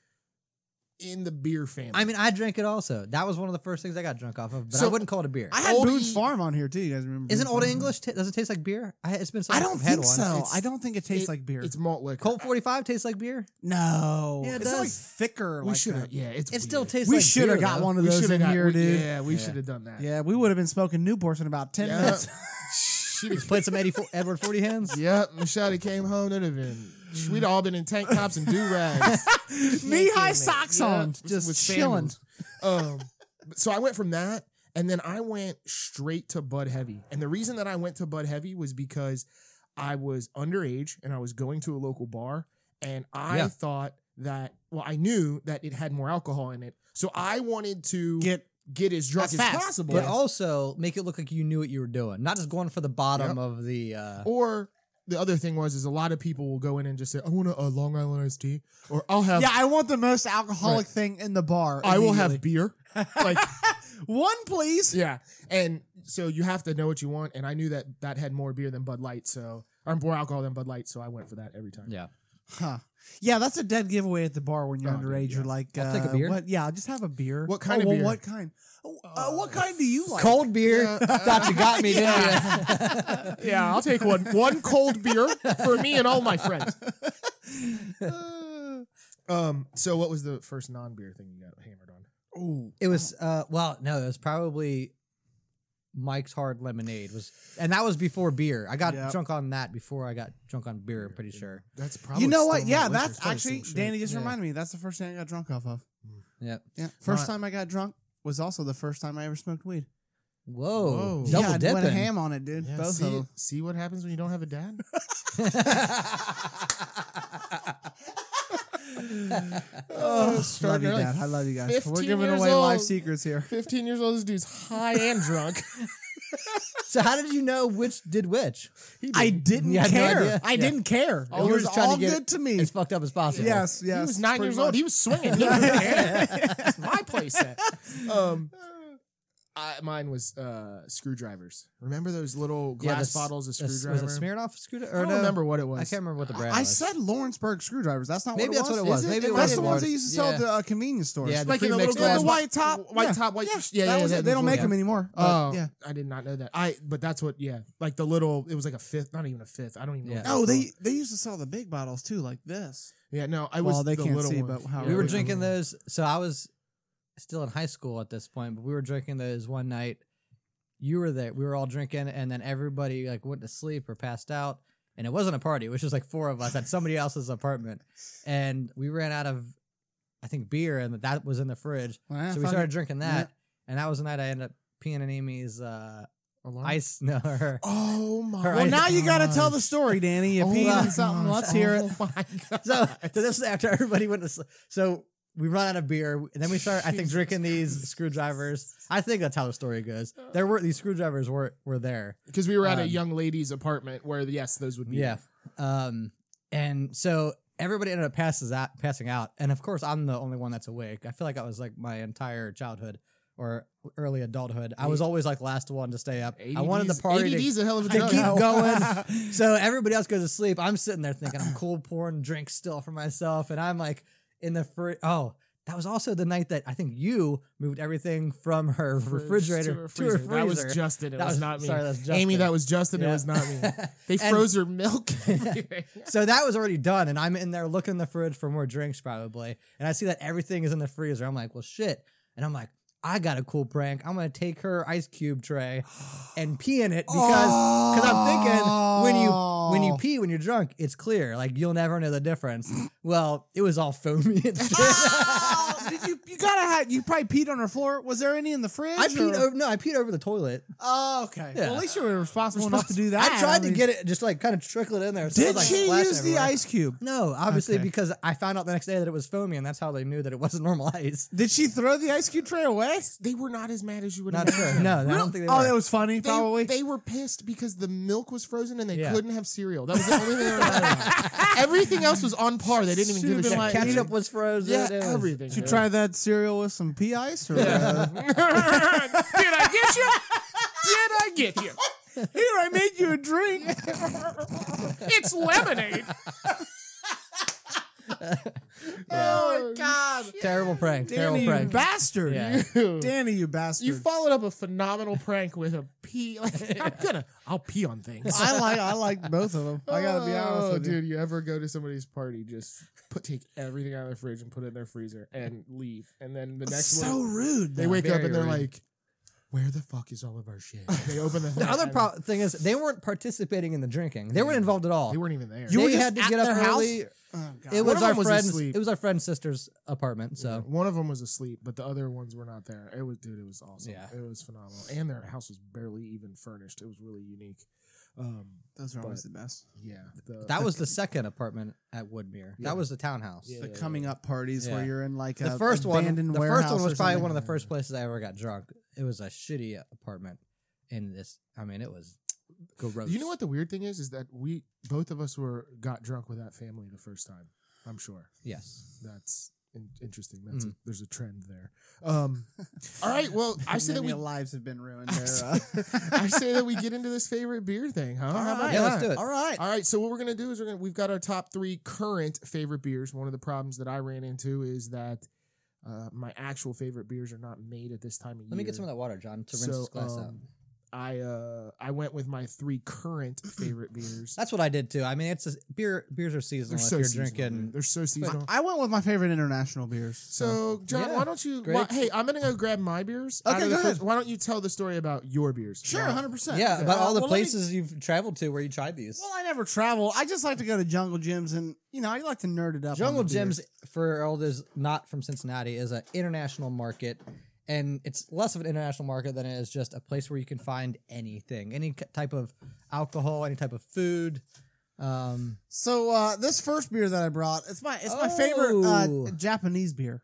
in the beer family. I mean, I drank it also. That was one of the first things I got drunk off of, but I So- wouldn't call it a beer. I had Old Boone's E- Farm on here too. You guys remember? Isn't Boone's Old Farm? English ta does it taste like beer? I, it's been so I long don't since I've had think one. so. It's- I don't think it tastes It- like beer. it's malt liquor. Colt 45 tastes like beer. no, Yeah, it it's not, like does. thicker. we like should that. have. Yeah, it's It still weird. tastes We like should have beer, got though. one of We those shoulda in got- here, we- dude. Yeah, Yeah, we Yeah. should have done that. we would have been smoking Newports in about ten Yeah. minutes. Should have- Played some Eddie Fo- Edward 40 hands. Yep, Machado came home. That'd have been. We'd all been in tank tops and do rags. Knee high socks Yeah, on, with- just with chilling. sandals. Um, so I went from that, and then I went straight to Bud Heavy. And the reason that I went to Bud Heavy was because I was underage and I was going to a local bar, and I Yeah. thought that well, I knew that it had more alcohol in it, so I wanted to get, Get as drunk That's as fast. possible. But also make it look like you knew what you were doing, not just going for the bottom Yep. of the. Uh, Or the other thing was is a lot of people will go in and just say, "I want a, a Long Island iced tea," or "I'll have." yeah, I want the most Right. alcoholic thing in the bar. I will have immediately. beer. Like one, please. Yeah, and so you have to know what you want, and I knew that that had more beer than Bud Light, so or more alcohol than Bud Light, so I went for that every time. yeah. Huh. Yeah, that's a dead giveaway at the bar when you're Oh, dude, underage. You're yeah. like, I'll take a uh, beer. What? Yeah, I'll just have a beer. What kind Oh, of well, beer? What kind? Oh, uh, what kind do you like? Cold beer. Yeah. Thought you got me, didn't Yeah. Yeah, I'll take one one cold beer for me and all my friends. Um, so what was the first non beer thing you got hammered on? Ooh. It was uh well, no, it was probably Mike's Hard Lemonade was and that was befefore beer. I got Yep. drunk on that before I got drunk on beer, I'm pretty sure. That's probably You know still what? my Yeah, liquor. It's that's probably the actually same shit. Danny just Yeah. reminded me. That's the first thing I got drunk off of. Yep. Yeah, first Not- time I got drunk was also the first time I ever smoked weed. Whoa. Whoa. Double yeah, I went dipping. ham on it, dude. Yeah, Both see, of them. see what happens when you don't have a dad. Oh, love starting you, early. Dad. I love you guys. 15 We're giving years away life old. secrets here. Fifteen years old, this dude's high and drunk. so how did you know which did which? I didn't You had no care. idea? I Yeah. didn't care. Oh, it you were was just trying to all get good to me. As fucked up as possible. Yes, yes. he was nine pretty years much. old. He was swinging. He didn't care. It's my playset. Um, I, mine was uh, screwdrivers. Remember those little Yeah, glass the s- bottles of the s- screwdriver? Was it Smirnoff screwdriver? I don't remember what it was. I can't remember what the brand I was. said Lawrenceburg screwdrivers. That's not Maybe what it that's was. what it was. Is Maybe it that's was the ones they used to sell Yeah. at the uh, convenience stores. Yeah, the Like in a pre-mixed little glass the bo- white top, white top, white. Yeah, yeah, that yeah, was yeah it. They don't make yeah. them anymore. but Oh, yeah. I did not know that. I but that's what. Yeah, like the little. It was like a fifth, not even a fifth. I don't even know. Yeah. what No, it's Oh, they called. they used to sell the big bottles too, like this. Yeah, no, I was. Well, they the can't little see, ones. but how- Yeah, we I were was the drinking little ones. those. So I was still in high school at this point, but we were drinking those one night. You were there. We were all drinking, and then everybody like went to sleep or passed out. And it wasn't a party. It was just like four of us at somebody else's apartment, and we ran out of, I think, beer, and that was in the fridge. So we started drinking that, and that was the night I ended up peeing in Amy's uh, Alarm? ice. No, her. Oh my! Her Well, I- now you got to tell gosh. the story, Danny. You Oh peed my on something. gosh. Let's hear it. Oh my god! So, so this is after everybody went to sleep. So we run out of beer. And then we start, I think, drinking these screwdrivers. I think that's how the story goes. Uh. There were these screwdrivers were were there. Because we were at a Um, young lady's apartment where yes, those would be. Yeah. Um. And so everybody ended up passes out, passing out. And of course, I'm the only one that's awake. I feel like I was like my entire childhood or early adulthood. I was always like last one to stay up. I wanted the party to ADD's a hell of a to drug. keep going. so everybody else goes to sleep. I'm sitting there thinking I'm cool pouring drinks still for myself, and I'm like in the fridge. Oh, that was also the night that I think you moved everything from her refrigerator to her freezer. That was Justin. It That was, was- not me. sorry, that's Amy, Justin. that was Justin. It Yeah. was not me. They And- froze her milk. so that was already done, and I'm in there looking in the fridge for more drinks probably, and I see that everything is in the freezer. I'm like, well, shit, and I'm like. I got a cool prank. I'm gonna take her ice cube tray and pee in it because Oh, Because I'm thinking when you when Oh. you pee when you're drunk, it's clear. Like you'll never know the difference. well, it was all foamy and shit. Oh, did you you gotta have you probably peed on her floor? Was there any in the fridge? I peed or- over no, I peed over the toilet. Oh, okay. Yeah. Well, at least you were responsible enough to do that. I tried mean- to get it just like kind of trickle it in there. So it was, Did like, she splashing use the everywhere. ice cube? No, obviously Okay. because I found out the next day that it was foamy, and that's how they knew that it wasn't normal ice. Did she throw the ice cube tray away? they were not as mad as you would. Not sure. imagine. No, I don't think they oh, were. that was funny. They, probably. they were pissed because the milk was frozen and they Yeah. couldn't have cereal. That was the only thing. They were mad about. Everything else was on par. They didn't even Should've give a been shit. like- Ketchup was frozen. yeah, It was- everything. Did you dude. try that cereal with some pea ice? Or, Yeah. uh, Did I get you? Did I get you? Here, I made you a drink. It's lemonade. Oh, God. Terrible prank. Danny, Terrible you prank. bastard. Yeah. Ew. Danny, you bastard. You followed up a phenomenal prank with a pee. Like, I'm gonna, I'll pee on things. I like I like both of them. I gotta be honest Oh, with you. dude. You ever go to somebody's party, just put take everything out of the fridge and put it in their freezer and leave, and then the next so one rude. they though. wake up very and they're rude. like, "Where the fuck is all of our shit?" They open the. The other and pro- thing is they weren't participating in the drinking. They weren't involved at all. They weren't even there. You they were just had to at get up their house? early. Oh, God. It One was of our them was friend's. asleep. It was our friend's sister's apartment. Yeah. So one of them was asleep, but the other ones were not there. It was, dude, it was awesome. Yeah. it was phenomenal, and their house was barely even furnished. It was really unique. Um, Those are always But- the best. yeah, the, that was the second apartment at Woodmere. Yeah. That was the townhouse. Yeah. The coming up parties where Yeah. you're in like a The first one. abandoned The warehouse first one or was probably something. one of the first places I ever got drunk. It was a shitty apartment. In this, I mean, it was gross. You know what the weird thing is? Is that we both of us were got drunk with that family the first time. I'm sure Yes. that's in- interesting. That's a, there's a trend there. Um, Hmm. all right. Well, I say that Many we. lives have been ruined. I There, uh, I say that we get into this favorite beer thing, huh? How about Yeah, that? let's do it. All right. All right, so what we're gonna do is we're gonna we've got our top three current favorite beers. One of the problems that I ran into is that uh, my actual favorite beers are not made at this time of year. Let me get some of that water, John, to rinse this glass out. um, I uh, I went with my three current favorite beers. That's what I did too. I mean, it's a, beer. Beers are seasonal. if you're seasonal, drinking, dude. They're so seasonal. I went with my favorite international beers. So John, Yeah, why don't you? great. Why, hey, I'm gonna go grab my beers. Okay, out of the go fridge. ahead. Why don't you tell the story about your beers? sure, Why- hundred percent. yeah, about all the well, let me- places you've traveled to where you tried these. well, I never travel. I just like to go to jungle gyms and you know I like to nerd it up. on Jungle the beers. Gyms, for all those not from Cincinnati, is an international market, and it's less of an international market than it is just a place where you can find anything, any k- type of alcohol, any type of food. Um, So uh, this first beer that I brought, it's my it's my favorite Oh. uh, Japanese beer.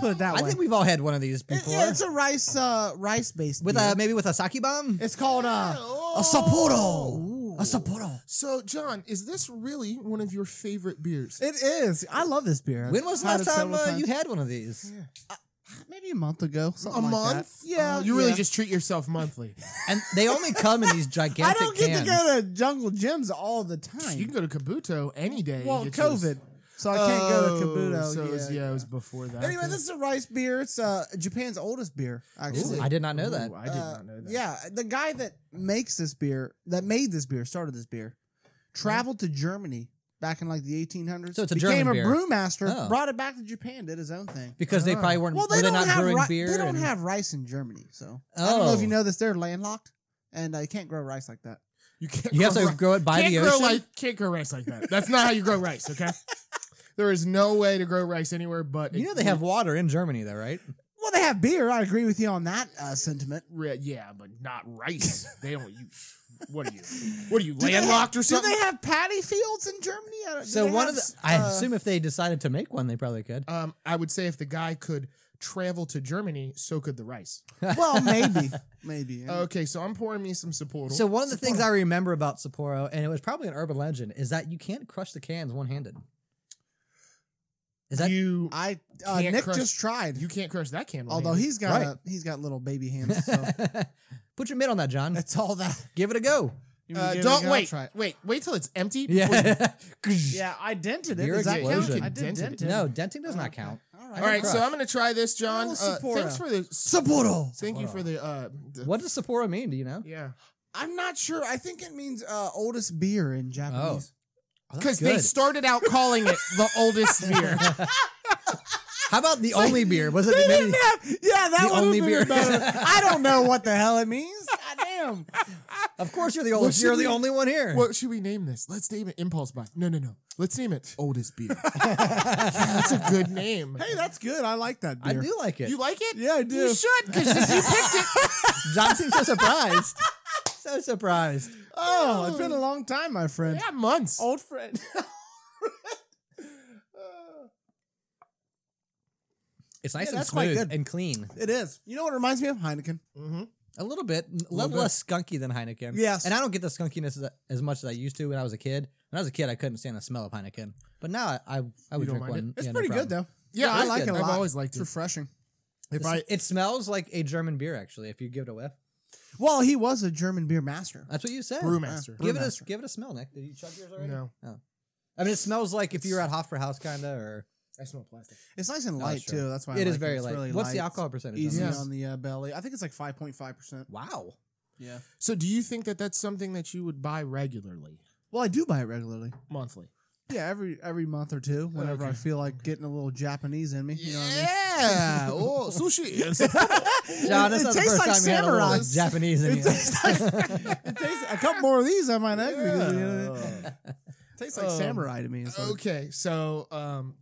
Put it that I way. think we've all had one of these It- before, yeah, it's a rice uh, rice based with beer. a maybe with a sake bomb. It's called uh, Oh. a Sapporo. Ooh. A Sapporo. So John, is this really one of your favorite beers? It is. I love this beer. When was the I've had last it time several uh, times. you had one of these? Maybe a month ago. a something like that. month? Yeah. Oh, you really yeah. just treat yourself monthly. And they only come in these I gigantic don't get cans. to go to jungle gyms all the time. you can go to Kabuto any day. and well, get yours. COVID. So I can't go to Oh, Kabuto. So it was, yeah. yeah, it was before that. Anyway, this is a rice beer. It's uh, Japan's oldest beer, actually. Ooh, I did not know that. Ooh, I did Uh, not know that. Yeah, the guy that makes this beer, that made this beer, started this beer, Hmm? traveled to Germany back in like the 1800s. So it's a became German a beer. brewmaster, Oh. brought it back to Japan, did his own thing. because they Ah. probably weren't. Well, they were they don't not have brewing ri- beer. they don't and- have rice in Germany, so I don't know if Oh. you know this. They're landlocked, and uh, you can't grow rice like that. you can't. You have grow to ri- grow it by can't the grow ocean. like can't grow rice like that. That's not how you grow rice. Okay. there is no way to grow rice anywhere but you know they have water in Germany, though, right? Well, they have beer. I agree with you on that uh, sentiment. Re- yeah, but not rice. they don't use. What are you? What are you Do they landlocked have- or something? Do they have paddy fields in Germany? I don't- do So they one have of the, s- I uh, assume if they decided to make one, they probably could. um, I would say if the guy could travel to Germany, so could the rice. Well, maybe, maybe. Okay, so I'm pouring me some Sapporo. So one of the things I remember about Sapporo, and it was probably an urban legend, is that you can't crush the cans one-handed. Is that you I uh, Can't Nick crush- just tried. you can't crush that can. Although he's got Right. a, he's got little baby hands, so put your mitt on that, John? that's all that. Give it a go. You wanna Uh, give it a don't go? wait, Try it. wait, wait till it's empty. before you- Yeah. Yeah, I dented it. You're Does a that good count? kid. I did Dented dent it. it. No, denting does not Okay. count. All All right, so Crush. I'm gonna try this, John. Oh, Uh, Sapporo. thanks for the. Sapporo. Thank you for the. Uh, the- What does Sapporo mean? Do you know? Yeah, I'm not sure. I think it means uh, oldest beer in Japanese. Oh, that's because they good. started out calling it the oldest beer. How about the only beer? Was it They Oh. maybe? didn't have- yeah, that The would have only been beer. better. I don't know what the hell it means. Goddamn. Of course, you're the oldest. should You're we- the only one here. what should we name this? Let's name it Impulse Buy. No, no, no. Let's name it Oldest Beer. Yeah, that's a good name. Hey, that's good. I like that I beer. do like it. you like it? Yeah, I do. You should because you picked it. John seems so surprised. so surprised. Oh, it's been a long time, my friend. Yeah, months. Old friend. It's nice Yeah, and that's quite smooth good. and clean. it is. You know what it reminds me of? Heineken. Mhm. A little bit, a little bit. less skunky than Heineken. Yes. and I don't get the skunkiness as, as much as I used to when I was a kid. When I was a kid, I couldn't stand the smell of Heineken, but now I I, I would don't drink mind it? one. It's yeah, no pretty good, problem. though. Yeah, I it's like good. it a I've lot. always liked It's it. refreshing. If It's- I it smells like a German beer, actually. If you give it a whiff, Well, he was a German beer master. that's what you said. Brewmaster. Give it a Brewmaster. give it a smell, Nick. Did you chug yours already? No. Oh. I mean, it smells like if you were at Hofbrauhaus, kinda, or I smell plastic. It's nice and No, light it's true. too. That's why I Oh, it is like very It's light. really What's the light. alcohol percentage? Easy on Yeah. this? on the uh, belly. I think it's like five point five percent. Wow. Yeah. So, do you think that that's something that you would buy regularly, Well, I do buy it regularly. monthly? Yeah, every every month or two, whenever I Okay. feel like getting a little Japanese in me. You know what I mean? yeah. oh, sushi. It's- John, It that's not the tastes first like time you had a little samurai. Japanese in It you. tastes It tastes a couple more of these, I might agree. with you, you know what I mean? Yeah. It tastes like Um, samurai to me. It's like- Okay, so um,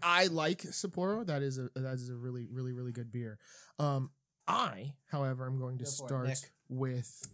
I like Sapporo. That is a that is a really really really good beer. Um, I, however, I'm going to Go for it, start Nick. with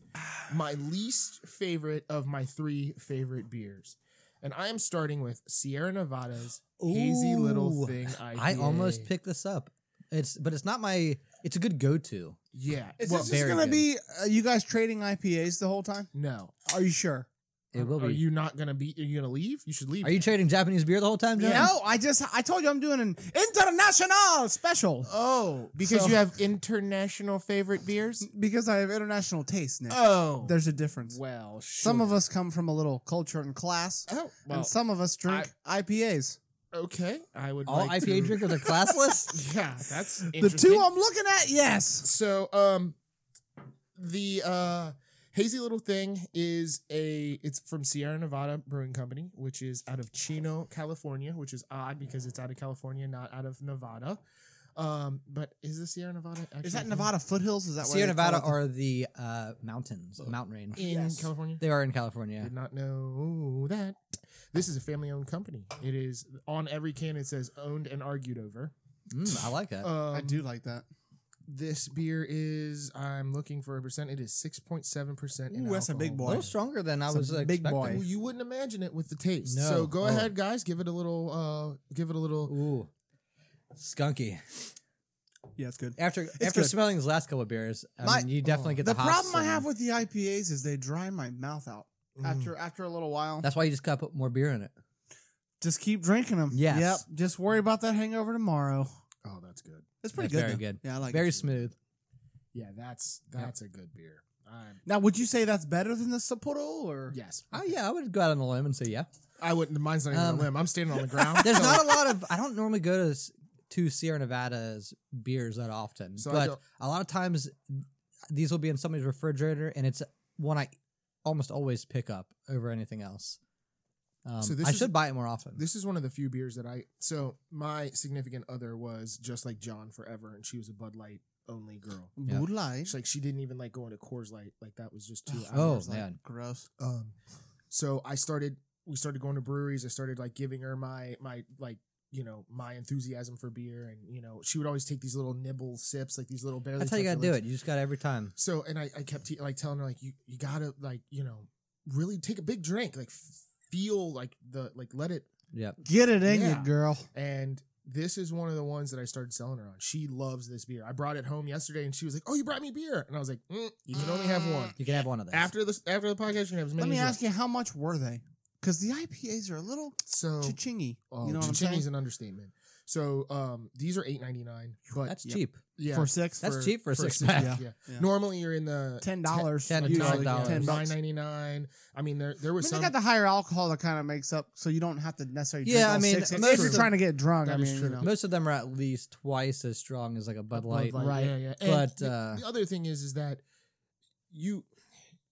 my least favorite of my three favorite beers, and I am starting with Sierra Nevada's hazy little Ooh. thing. I IPA. almost picked this up. It's but it's not my. It's a good go-to. Yeah. Is well, this just very gonna good. be uh, you guys trading IPAs the whole time? no. Are you sure? It will Are be. you not gonna be? Are you gonna leave? You should leave. Are you trading Japanese beer the whole time, John? No, I just I told you I'm doing an international special Oh, because So- you have international favorite beers. because I have international taste now. Oh, There's a difference. well, Some of sugar. us come from a little culture and class, Oh, well, and some of us drink IPAs. okay. I would All like IPA to- drinkers are classless. Yeah, that's The two interesting. I'm looking at, yes. So, um, the uh, hazy little thing is a. It's from Sierra Nevada Brewing Company, which is out of Chino, California, which is odd because it's out of California, not out of Nevada. Um, but is the Sierra Nevada? Actually Is that in- Nevada foothills? Is that why Sierra they call Nevada it the- are the uh, mountains, mountain range. in Yes. California? They are in California. Did not know that. This is a family-owned company. It is on every can. It says "owned and argued over." Mm, I like that. Um, I do like that. This beer is I'm looking for a percent. It is six point seven percent. Ooh, that's a big a boy. little stronger than I It's a was big expecting. boy. Well, you wouldn't imagine it with the taste. No. So go Oh. ahead, guys. Give it a little. Uh, give it a little. Ooh, skunky. Yeah, it's good. After after good. smelling these last couple of beers, I My- mean, you definitely oh. get the, The problem hops I and- Mm. have with the IPAs is they dry my mouth out Mm. after after a little while. That's why you just gotta put more beer in it. Just keep drinking them. Yes. Yep. Just worry about that hangover tomorrow. Oh, that's good. It's pretty That's good. very though. good. Yeah, I like Very it. smooth. Yeah, that's that's a good beer. I'm, Now, would you say that's better than the Sapporo or? yes, Oh yeah, I would go out on a limb and say yeah. I wouldn't. Mine's not even Um, a limb. I'm standing on the ground. There's so, not a lot of. I don't normally go to s- to Sierra Nevada's beers that often, So I but don't- a lot of times these will be in somebody's refrigerator, and it's one I almost always pick up over anything else. Um, So this I is- should buy it more often. This is one of the few beers that I. So my significant other was just like John forever, and she was a Bud Light only girl. Yeah. Bud Light. It's like she didn't even like going to Coors Light. Like that was just too. Ugh, out Oh, there. it's like man. gross. um so i started we started going to breweries i started like giving her my my like you know my enthusiasm for beer and you know she would always take these little nibble sips like these little barely That's how you touch her gotta do lips. it. You just got every time. so and i, I kept te- like telling her like you you gotta like you know really take a big drink like f- feel like the like let it Yep. Get it in Yeah. you, girl. and this is one of the ones that I started selling her on. She loves this beer. I brought it home yesterday, and she was like, "Oh, you brought me beer," and I was like, mm, "You can only have one." You can have one of those. After this, after the podcast, you can have as many. Let me as you ask you, how much were they? Because the IPAs are a little want. So chichingy. Oh, you know what I'm Chichin's saying? an understatement. So um, these are eight ninety nine, but that's Yep. cheap. yeah, For six, That's for cheap for a six pack. Yeah. Yeah. Yeah. Normally you're in the ten dollars. ten- usually, $12. yeah. ten nine bucks. I ninety nine. I mean, there there was mean, they got some. the higher alcohol that kind of makes up, so you don't have to necessarily. Yeah, drink I all mean, six if most you're of the- trying to get drunk. I That is mean, you true. know. Most of them are at least twice as strong as like a Bud Light. Bud Light, right. Yeah, yeah. And But the, uh, the other thing is, is that you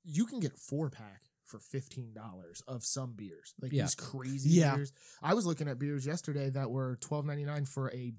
you can get four pack for fifteen dollars of some beers, like Yeah. these crazy Yeah. beers. I was looking at beers yesterday that were twelve ninety nine for a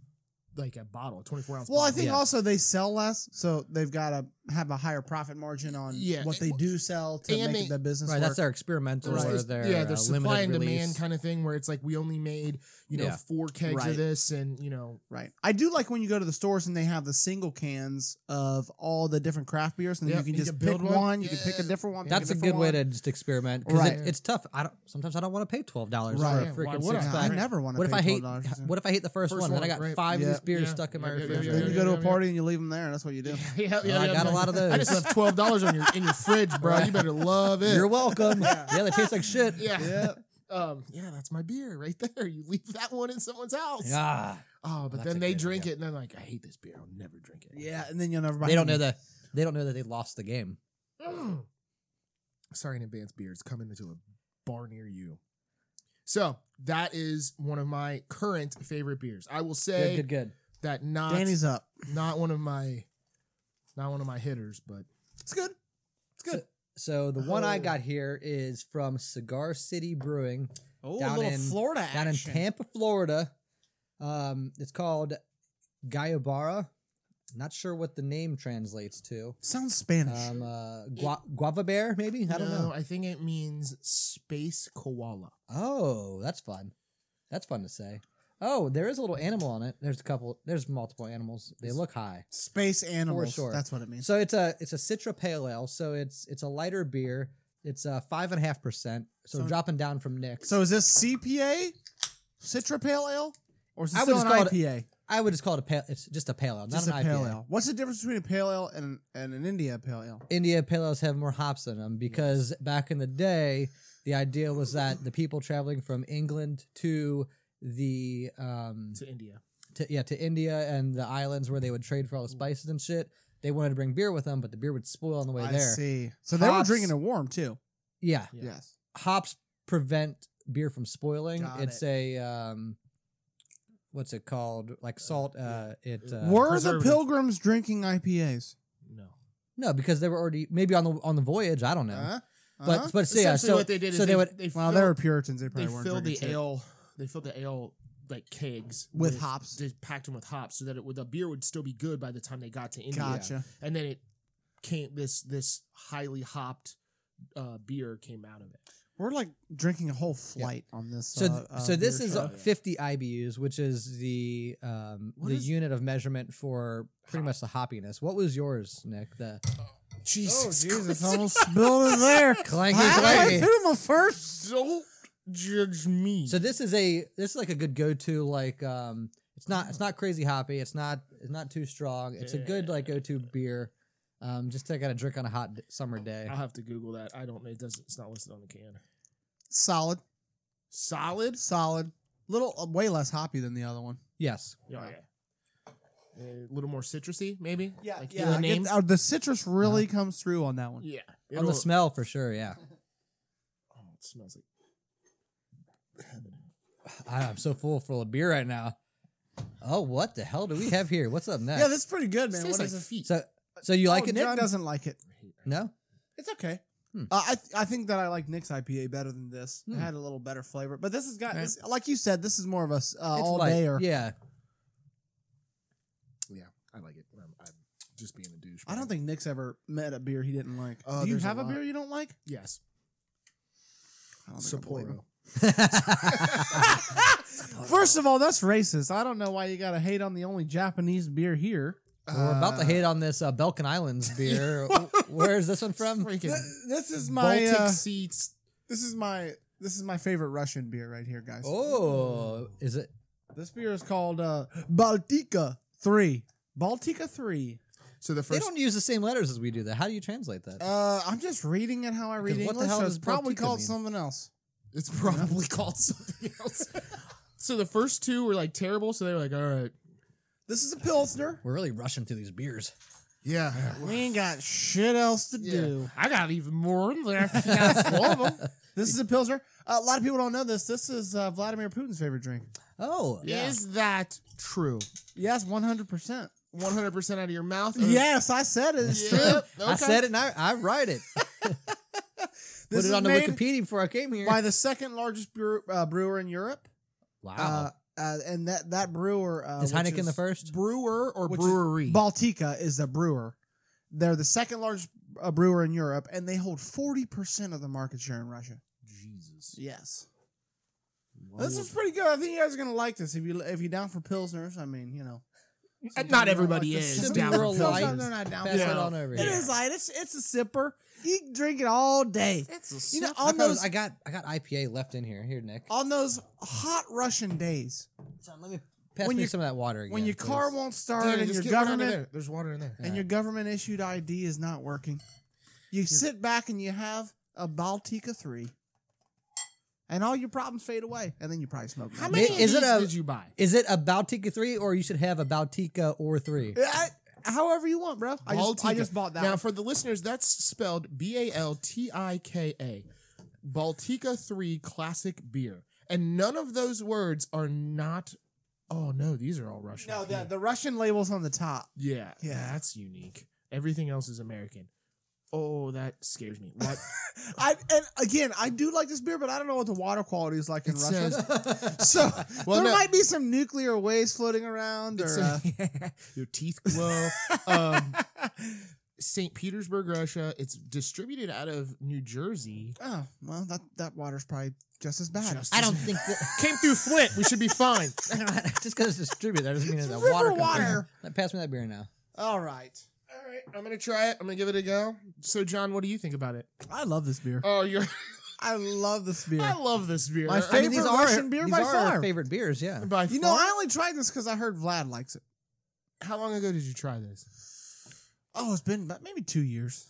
like a bottle, twenty four ounce. Well, I bottle. think Yeah. also they sell less, so they've got to have a higher profit margin on Yeah. what they do sell to And make they- the business right, work. that's their experimental There's or this- their yeah, uh, the supply limited and release. demand kind of thing where it's like we only made you know Yeah. four kegs Right. of this and you know right. I do like when you go to the stores and they have the single cans of all the different craft beers, and Yep, you can you just can pick build one. one. You can pick a Yeah. different one. pick That's a different good way one. to just experiment because Right. it, it's tough. I don't. Sometimes I don't want to pay twelve dollars Right. for a Why freaking would six I? Yeah, I pack. Right. never want to. What if pay I hate? $12 for What if I hate the first, First one? Then I got one, right. five of Yeah. these beers Yeah. stuck in my Yeah, yeah, yeah, something? refrigerator. Then you go to Yeah, a yeah, party and you leave them there. That's what you do. yeah, Well, Oh, I got a lot of I just those. left twelve dollars on your in your fridge, bro. You better love it. You're welcome. yeah. they taste like shit. yeah. Yeah. Um, yeah, that's my beer right there. You leave that one in someone's house. Ah, Oh, but That's a then they good drink idea. it and they're like, I hate this beer. I'll never drink it. Yeah, and then you'll never buy. they don't know anything. that. They don't know that they lost the game. Mm. Sorry in advance, beer. It's coming into a bar near you. So that is one of my current favorite beers. I will say Good, good, good. that not Danny's up. not one of my not one of my hitters, but It's good. It's good. So the one I Oh. got here is from Cigar City Brewing Oh, Down in- Florida down in Tampa, Florida. Um, it's called Gayabara. Not sure what the name translates to. Sounds Spanish. Um, uh, gua- guava bear, maybe? I don't No, know. I think it means space koala. Oh, that's fun. That's fun to say. Oh, there is a little animal on it. There's a couple. There's multiple animals. They look high. Space animals. sure. That's what it means. So it's a it's a Citra Pale Ale. So it's it's a lighter beer. It's uh five and a half percent. So, So- dropping down from Nick's. So is this CPA, Citra Pale Ale, or is it I would still an just call it- IPA? I would just call it a pale. It's just a pale ale, not Just an a IPA. pale ale. What's the difference between a pale ale and and an India pale ale? India pale ales have more hops in them because back in the day, the idea was that the people traveling from England to the um to India. to, yeah to India and the islands where they would trade for all the spices and shit, they wanted to bring beer with them, but the beer would spoil on the way I there. see. So they were Hops. drinking it warm too. Yeah, Yeah. Yes. hops prevent beer from spoiling. Got it's a um, what's it called? Like salt. Uh, it uh, were the preservative. pilgrims drinking IPAs? No. no because they were already maybe on the on the voyage. I don't know, Huh? but Huh? but so, yeah, Uh, Essentially so what they did is so they, they would they Uh-huh. well, filled, they were Puritans. They probably they weren't filled the drinking shit. ale they filled the ale like kegs With hops. They packed them with hops so that it would the beer would still be good by the time they got to India. Gotcha. And then it came this this highly hopped uh, beer came out of it. We're like drinking a whole flight on this. So, th- uh, uh, so this beer is show. uh, 50 IBUs, which is the um, What the is- unit of measurement for pretty much the hoppiness. What was yours, Nick? The Oh Jesus. Jesus! Almost spilled it there. clanky I clanky. threw my first. Don't judge me. So this is a this is like a good go to like um it's not it's not crazy hoppy. It's not it's not too strong. It's a good like go to beer. Um, just to kind of drink on a hot d- summer day. Uh, I'll have to Google that. I don't. It doesn't. It's not listed on the can. Solid, Solid. solid. Little, uh, way less hoppy than the other one. Yes. Yeah. yeah. A little more citrusy, maybe. Like, you know I The get- name. uh, the citrus really comes through on that one. Yeah. On the It'll- smell for sure. Yeah. Oh, it smells like. I, I'm so full full of beer right now. Oh, what the hell do we have here? What's up next? Yeah, that's pretty good, man. Tastes What like is it? feet. so so you like Oh, it? Nick John? doesn't like it. No. It's okay. Hmm. Uh, I th- I think that I like Nick's IPA better than this. It Hmm. had a little better flavor, but this has got Yeah. this, like you said, this is more of a s- uh, It's all light. day or yeah. yeah, I like it. I'm, I'm just being a douche. I don't think Nick's ever met a beer he didn't like. Uh, Do you there's a have a, lot. beer you don't like? Yes. I don't think I believe him. Sapporo. First of all, that's racist. I don't know why you gotta hate on the only Japanese beer here. We're about to hate on this uh, Belkin Islands beer. Wh- Where is this one from? Freaking Th- this is my Baltic uh, seats. this is my this is my favorite Russian beer right here, guys. Oh, is it? This beer is called uh, Baltica 3. Baltica 3. So the They first. don't use the same letters as we do. That. How do you translate that? Uh, I'm just reading it how I read Because English. what the hell so does it's probably Baltica called mean? something else. It's probably called something else. so the first two were like terrible. So they were like, all right. This is a Pilsner. We're really rushing through these beers. Yeah. We ain't got shit else to Yeah. do. I got even more in there. I got full of 'em. This is a Pilsner. Uh, a lot of people don't know this. This is uh, Vladimir Putin's favorite drink. Oh, Yeah. Is that true? Yes, 100%. 100% out of your mouth? Uh, Yes, I said it. It's true. Yep. I said it. and I, I write it. Put This it is on the made Wikipedia before I came here. By the second largest brewer, uh, brewer in Europe. wow. Uh, uh, and that, that brewer. Uh, is which Heineken the first? Brewer or Which is brewery? Baltica is the brewer. They're the second largest uh, brewer in Europe, and they hold 40% of the market share in Russia. Jesus. Yes. Whoa. This is pretty good. I think you guys are gonna like this if you if you're down for pilsners. I mean, you know, Uh, Not everybody Like the is simple down for rural Pilsner. life. Sometimes they're not down Pass for Yeah. it it. on over. It here. is light. It's it's a sipper. You can drink it all day. It's a You know, sip. on I, got- those Uh, I got I got IPA left in here. Here, Nick. on those hot Russian days Son, let me pass when me you- some of that water again. when your please. car won't start Dude, and just your get water in government there. There's water in there. and your government issued ID is not working, you sit back and you have a Baltica three, and all your problems fade away. And then you probably smoke. How another many one. of is it these a- did you buy? Is it a Baltica three, or you should have a Baltica or three? I- however you want, bro. I just, I Baltica. just bought that. Now, one. for the listeners, that's spelled B A L T I K A. Baltica 3 Classic Beer. And none of those words are not. Oh no, these are all Russian. No, the, the Russian label's on the top. yeah, yeah, Yeah. that's unique. Everything else is American. Oh, that scares me. What I and again, I do like this beer, but I don't know what the water quality is like in It Russia. says- so uh, Well, there no. might be some nuclear waste floating around. Or, It's uh, a- your teeth glow. um, St. Petersburg, Russia. It's distributed out of New Jersey. oh well, that that water's probably just as bad. Just I as- don't think that. came through Flint. We should be fine. just because it's distributed, that doesn't mean it's a River water. company. water. Like, Pass me that beer now. All right, All right, I'm gonna try it. I'm gonna give it a go. So, John, what do you think about it? I love this beer. Oh, you're. I love this beer. I love this beer. My I mean, I mean, Favorite these are Russian beer these by are far. Our favorite beers, yeah. by you know, far- I only tried this because I heard Vlad likes it. how long ago did you try this? Oh, it's been about maybe two years.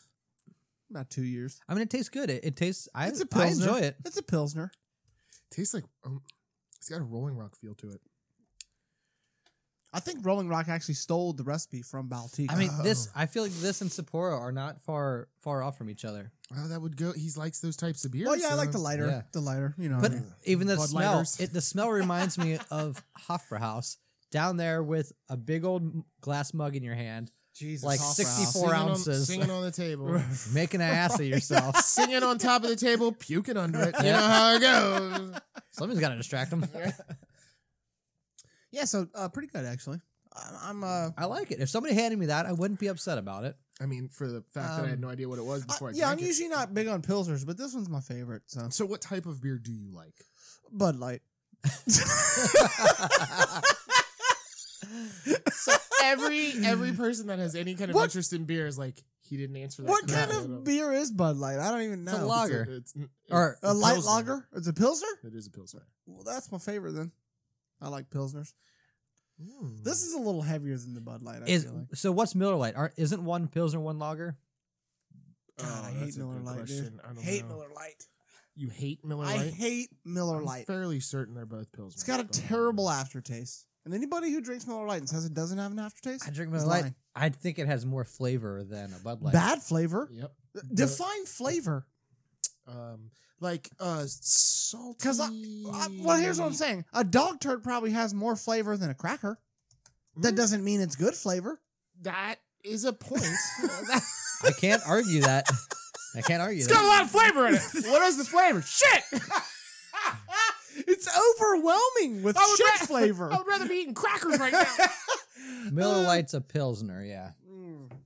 About two years. I mean, it tastes good. It, it tastes. I, It's a I pilsner. enjoy it. It's a pilsner. Tastes like um, it's got a Rolling Rock feel to it. I think Rolling Rock actually stole the recipe from Baltic. I mean, Oh. this. I feel like this and Sapporo are not far far off from each other. Oh, that would go. He likes those types of beers. uh, well, Oh, yeah, I so- like the lighter. uh, yeah. The lighter, you know. But even the Bud smell, Lighters. it, the smell reminds me of Hofbrauhaus down there with a big old glass mug in your hand, Jesus, like Hofbrauhaus. 64 Singing on- ounces. singing on the table. making an ass of yourself. singing on top of the table, puking under it. You know how it goes. Something's got to distract them. Yeah, so uh, pretty good actually. I, I'm uh, I like it. If somebody handed me that, I wouldn't be upset about it. I mean, for the fact that I had Um, no idea what it was I- before I, yeah, I'm drank it. usually not big on pilsners, but this one's my favorite. So So, what type of beer do you like? Bud Light. So every every person that has any kind of What- interest in beer is like, he didn't answer that. what kind correctly at all. of beer is Bud Light? I don't even know. a lot- lager? It's a, it's- Or- it's A light pilsner. lager? It's a pilsner? It is a pilsner. Well, that's my favorite then. I like pilsners. Hmm. This is a little heavier than the Bud Light. I Is feel like. so? What's Miller Lite? Aren't, isn't one pilsner, one lager? Oh, God, I hate Miller Light, dude. I don't hate know. Miller Light. You hate Miller I Light. hate Miller I'm Light. fairly certain they're both pilsner. It's got a Don't worry. terrible aftertaste. And anybody who drinks Miller Light and says it doesn't have an aftertaste, I drink is Miller Lite. lying. I think it has more flavor than a Bud Light. Bad flavor. Yep. Define flavor. Um, like uh, salty. Because I, I, Uh, well, here's what I'm saying: a dog turd probably has more flavor than a cracker. That Mm. doesn't mean it's good flavor. That is a point. I can't argue that. I can't argue it's that. got a lot of flavor in it. What is the flavor? Shit. it's overwhelming with I would shit ra- flavor. I would rather be eating crackers right now. Miller Lite's a pilsner. Yeah. Mm.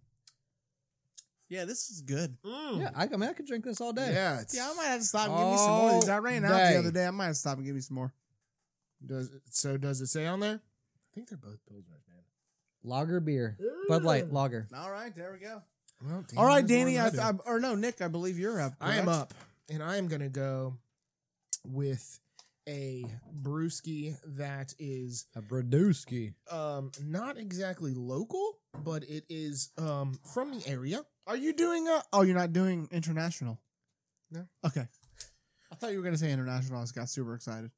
Yeah, this is good. Mm. Yeah. I, I mean, I could drink this all day. Yeah, it's, Yeah, I might have to stop and give me some more of these. I ran out All the other day. day. I might have to stop and give me some more. Does so? Does it say on there? I think they're both pilsners, man. Lager beer. Bud Light lager. All right, there we go. Well, damn, All right, there's more Danny. than I, do. I, or no, Nick. I believe you're up. I am correct? up, and I am gonna go with a brewski that is A Brodowski. um not exactly local, but it is um from the area. Are you doing a? Oh, you're not doing international. No. Okay. I thought you were gonna say international. I just got super excited.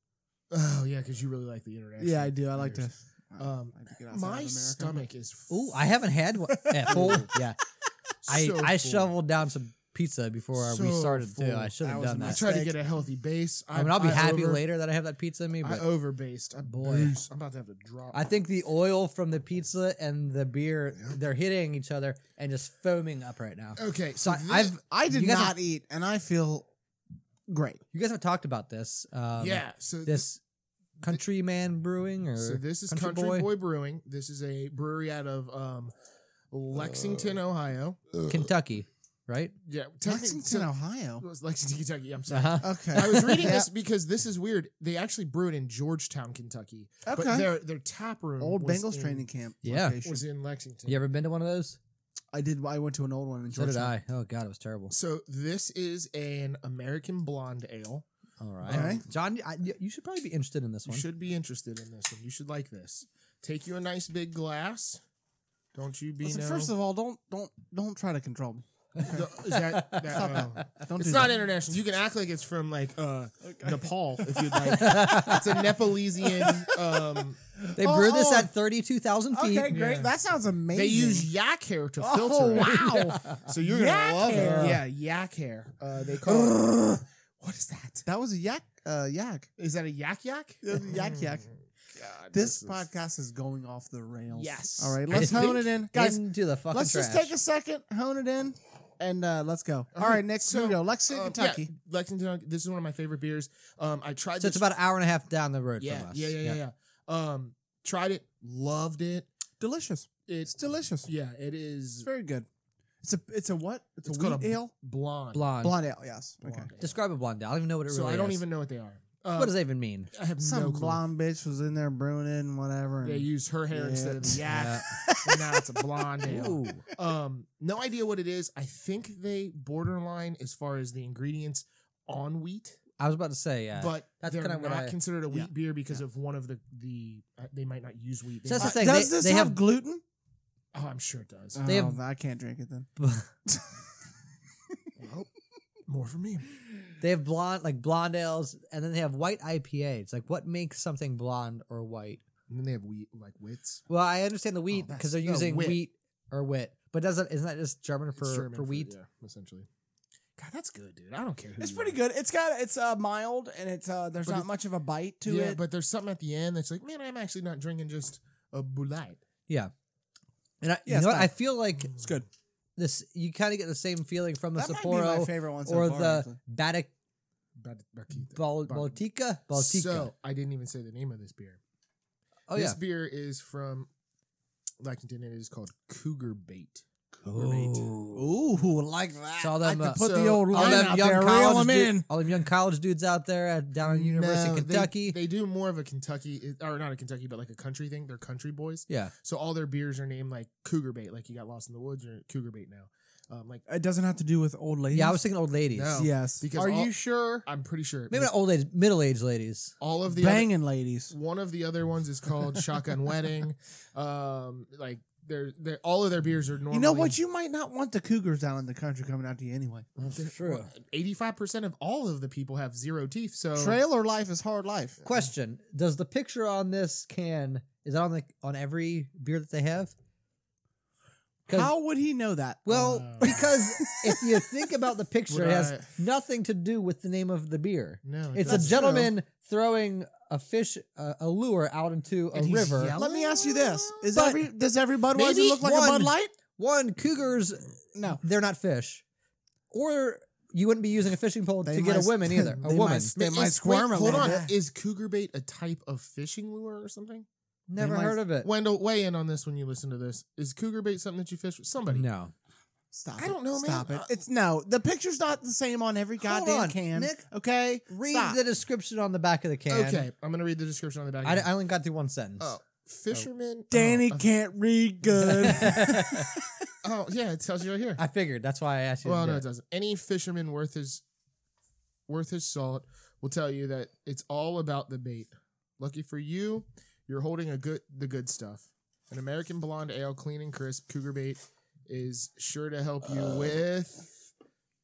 Oh yeah, because you really like the international. Yeah, I do. I like to. beers. Um, I like to get outside of my America. stomach is Ooh, I haven't had one. Yeah, full. Yeah. I so I full. shoveled down some pizza before I So we started full. too. I should have That was done a I that. try to mistake. get a healthy base. I mean, I'll be happy over- later that I have that pizza in me, I but overbased. I Boy. boy, I'm about to have to drop. I think the oil from the pizza and the beer they're hitting each other and just foaming up right now. Okay, so So I, thi- I've I did You guys not are- eat, and I feel great. you guys have talked about this. Um, yeah. So thi- This countryman brewing or so this is Country, Country Boy. Boy? Brewing. This is a brewery out of um, Lexington, Uh. Ohio. Kentucky, right? Yeah, Lexington, Ohio. Ohio. Lexington, Kentucky. I'm sorry. Uh-huh. Okay. I was reading Yeah. this because this is weird. They actually brew it in Georgetown, Kentucky, but Okay. their their tap room, Old was Bengals in- training camp. Yeah. location. was in Lexington. You ever been to one of those? I did. I went to an old one in So did Georgia. I. Oh God, it was terrible. So this is an American blonde ale. All right, Okay. John, I, y- you should probably be interested in this You one. should be interested in this one. You should like this. Take you a nice big glass. Don't you be Listen, no- first of all, don't don't don't try to control me. is that, that- Stop oh. that. Don't It's do not that. international. You can act like it's from like uh Okay. Nepal if you'd like. it's a Nepalesian. Um, They Oh, brewed this oh. at thirty-two thousand feet. Okay, great. Yeah. That sounds amazing. they use yak hair to Oh, filter. it. wow. So you're gonna Yak love hair. it. Yeah, yak hair. Uh, they call it What is that? That was a yak, uh, yak. Is that a yak yak? That was a yak yak. God, This is- podcast is going off the rails. Yes. All right, I let's think- hone it in, guys. Into the fucking Let's just trash. take a second, hone it in, and uh, let's go. All All right, right, next so, here we go. Lexington, Um, yeah, Kentucky. Lexington. This is one of my favorite beers. Um, I tried. So this- it's about an hour and a half down the road yeah, from us. yeah, yeah, yeah, yeah. Um, tried it, loved it. Delicious. It's It's delicious. yeah, it It's is very good. It's a it's a what? It's, It's a wheat called a ale. blonde. Blonde. Blonde ale. Yes. Okay. Blonde ale. Describe a blonde. ale. I don't even know what it so really I don't is. even know what they are. Uh, What does that even mean? I have Some no clue. blonde bitch was in there brewing it and whatever. They and- used her hair Yeah. instead of the yak. Yeah. and now it's a blonde ale. Ooh. Um, no idea what it is. I think they borderline as far as the ingredients on wheat, I was about to say, uh, yeah. but That's they're kinda what not I- considered a wheat yeah, beer because of one of the the uh, they might not use wheat. They So that's might- the Uh, thing, Does they- this they have, have- gluten? oh, I'm sure it does. They oh, have- I can't drink it then. well, more for me. they have blonde, like blonde ales, and then they have white IPA. It's like what makes something blonde or white? And then they have wheat like wits. Well, I understand the Oh, wheat that's- because they're no, using wit. wheat or wit, but doesn't isn't that just German It's for German for wheat? yeah, essentially. God, that's good, dude. I don't care. Who It's you pretty are. good. It's got it's uh mild and it's uh there's But not it's- much of a bite to yeah, it. but there's something at the end that's like, man, I'm actually not drinking just a bullet. And I, Yeah, you it's know what? fine. I feel like Mm. it's good. this. You kind of get the same feeling from the That might be my Sapporo favorite one so or far, the actually. Batic Bad- Bakita. Bal- Bar- Baltica. Baltica. So I didn't even say the name of this beer. oh this yeah. beer is from Lexington and it is called Cougar Bait. Ooh, like that. So all them, like uh, to put the so old all line them out young there, reel college them dude- in. all them young college dudes out there at, down at University No, of they- Kentucky. They, do more of a Kentucky, or not a Kentucky, but like a country thing. They're country boys. yeah, So all their beers are named like Cougar Bait, like you got lost in the woods or Cougar Bait now. Um, like, It doesn't have to do with old ladies. yeah. I was thinking old ladies. No. Yes. because Are all- you sure? I'm pretty sure. Maybe not old age, middle aged ladies. all of the other- Banging ladies. One of the other ones is called Shotgun Wedding. Um, like they're, they're all of their beers are normally. You know what? You might not want the cougars out in the country coming out to you anyway. That's true. Eighty-five percent of all of the people have zero teeth. So Trailer life is hard life. Question: Does the picture on this can is that on the on every beer that they have? 'Cause- How would he know that? Well, Uh. because if you think about the picture, Would it has I- nothing to do with the name of the beer. no, it It's doesn't. a gentleman throwing a fish, uh, a lure out into a And he's river. yelling? Let me ask you this: Is But- every does every Budweiser Maybe look like a Bud one- Light? One, cougars, No, they're not fish. Or you wouldn't be using a fishing pole They to get might- a woman either. they A might woman. they Is- might squirm wait, a Hold little on, bit. is cougar bait a type of fishing lure or something? Never might- heard of it. Wendell, weigh in on this when you listen to this. Is cougar bait something that you fish with somebody? No. stop. I it. don't know, man. Stop Uh, it. It's no. The picture's not the same on every Hold goddamn on, can. Nick. okay, Read Stop. Oh, the description on the back of the can. Okay, I'm gonna read the description on the back. I, I only got through one sentence. oh, fisherman. Danny Oh, can't read good. oh, yeah, it tells you right here. I figured. That's why I asked you. to Well, do no, it. it doesn't. Any fisherman worth his worth his salt will tell you that it's all about the bait. Lucky for you, you're holding a good the good stuff. An American blonde ale, clean and crisp, cougar bait is sure to help you with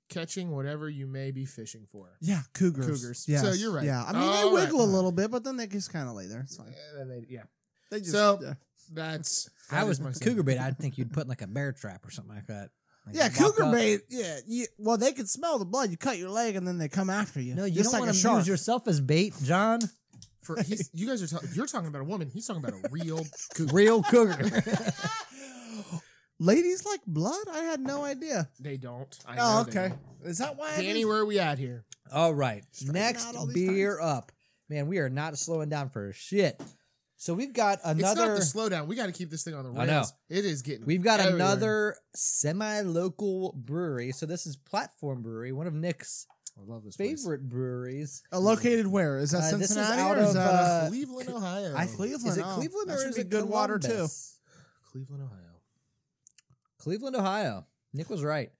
catching whatever you may be fishing for. yeah, cougars. Cougars. Yes. So you're right. Yeah, I mean All they wiggle right. a little bit, but then they just kind of lay there. It's fine. And then they- yeah, Uh, They just So- uh, that's that I is was my cougar bait. I'd think you'd put in, like a bear trap or something like that. Like, yeah, walk cougar up- bait. Yeah, you, well they can smell the blood. You cut your leg and then they come after you. No, you don't just like want a to shark. use yourself as bait, John. For he's, you guys are talking. You're talking about a woman. He's talking about a real cougar. Real cougar. Ladies like blood? I had no idea. They don't. I Oh, know they okay. don't. Is that why? I Danny, didn't- where we at here? all right, next out all these beer up, man. We are not slowing down for shit. So we've got It's another. not the slowdown. We got to keep this thing on the rails. I know. It is getting. We've got everywhere. another semi-local brewery. So this is Platform Brewery, one of Nick's I love this place. favorite breweries. Uh, located where? Is that Uh, this is Cincinnati out or is of, that uh, uh, Cleveland, Ohio. I- Cleveland, Is it oh, Cleveland that or should is be it good water, too. Columbus? Cleveland, Ohio. Cleveland, Ohio. Nick was right.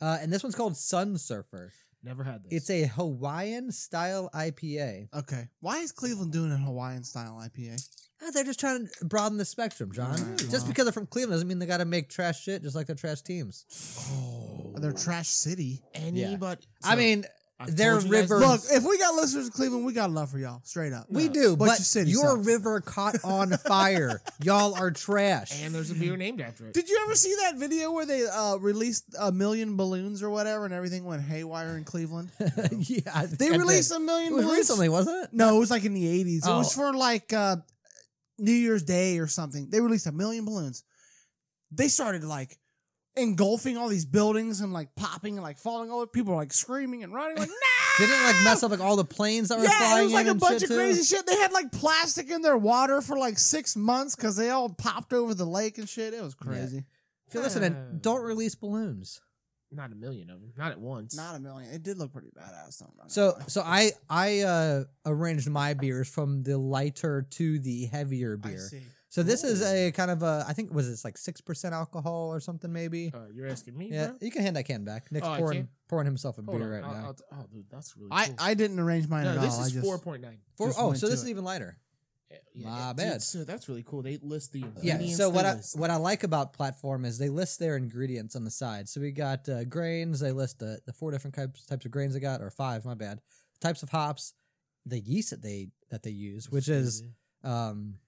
Uh, and this one's called Sun Surfer. Never had this. It's a Hawaiian style IPA. Okay. Why is Cleveland doing a Hawaiian style IPA? Ah, they're just trying to broaden the spectrum, John. Alright, Just well. because they're from Cleveland doesn't mean they got to make trash shit just like their trash teams. oh, They're trash city. anybody. I So, mean, I've Their told you guys river- this. Look, if we got listeners in Cleveland, we got love for y'all, straight up. We do, Bunch but of city your sucks. river caught on fire. Y'all are trash. and there's a beer named after it. Did you ever see that video where they uh, released a million balloons or whatever, and everything went haywire in Cleveland? yeah, I think They I did. released a million It was balloons recently, wasn't it? No, it was like in the eighties. It was Oh. for like uh, New Year's Day or something. They released a million balloons. They started like engulfing all these buildings and like popping and like falling over. People were like screaming and running like no. Didn't it, like mess up like all the planes that were Yeah, flying it was like in a and bunch shit, of too? crazy shit. They had like plastic in their water for like six months because they all popped over the lake and shit. It was crazy. If you're listening, Uh. don't release balloons. Not a million of them. Not at once. Not a million. It did look pretty badass. though, I'm not gonna So, lie. so I I uh, arranged my beers from the lighter to the heavier I beer. see. So this is Oh. Ooh. a kind of a I think was this like six percent alcohol or something maybe. Oh, Uh, you're asking me, yeah, bro? you can hand that can back. Nick's Oh, I pouring can't? pouring himself a Hold on. beer right I'll- now. I'll t- oh, dude, that's really I, cool. I didn't arrange mine no, at this all. I is just- four point nine. For, just oh, went so to this it. is even lighter. My dude, bad. so that's really cool. They list the Uh, Yeah. ingredients. so they what I list. what I like about platform is they list their ingredients on the side. So we got uh, grains. They list the, the four different types types of grains they got, or five. My bad. Types of hops, the yeast that they that they use, which is um,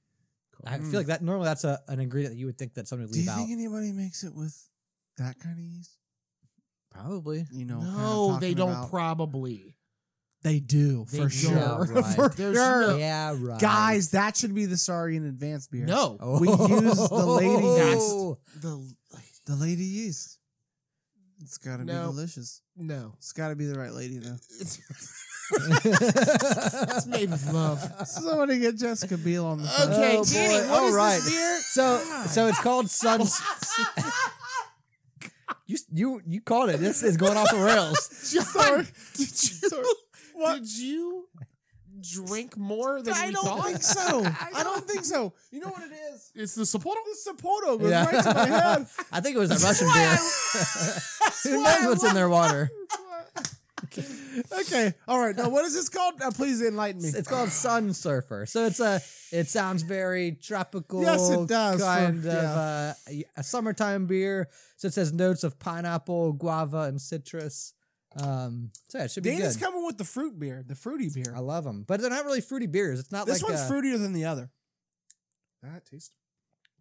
I Mm. feel like that normally that's a, an ingredient that you would think that somebody would Do you leave think out. anybody makes it with that kind of yeast? Probably. you know. no, kind of they talking don't. about- Probably they do They for don't. sure. Yeah, right. For There's sure. no- Yeah, right. guys, that should be the sorry in advance beer. no. Oh. we use the lady Oh. The the lady yeast. It's got to No. be delicious. no. It's got to be the right lady though. It's made with love. Somebody get Jessica Biel on the phone. Okay, Oh, Danny, boy. what is All right. this beer? So so it's called sun. you you you called it. This is going off the rails. John, did you did you drink more than I we don't thought? think so. I don't think so. You know what it is? It's the Sapporo. The Sapporo goes Yeah. right to my head. I think it was a Russian beer. Who why knows I what's in their water? Okay, all right. Now, what is this called? Now, please enlighten me. It's called Sun Surfer. So it's a. It sounds very tropical. Yes, it does, Kind for- of uh, a summertime beer. So it says notes of pineapple, guava, and citrus. Um, so yeah, it should be Danny's good. coming with the fruit beer, the fruity beer. I love them, but they're not really fruity beers. It's not This like uh, one's a- fruitier than the other. That tastes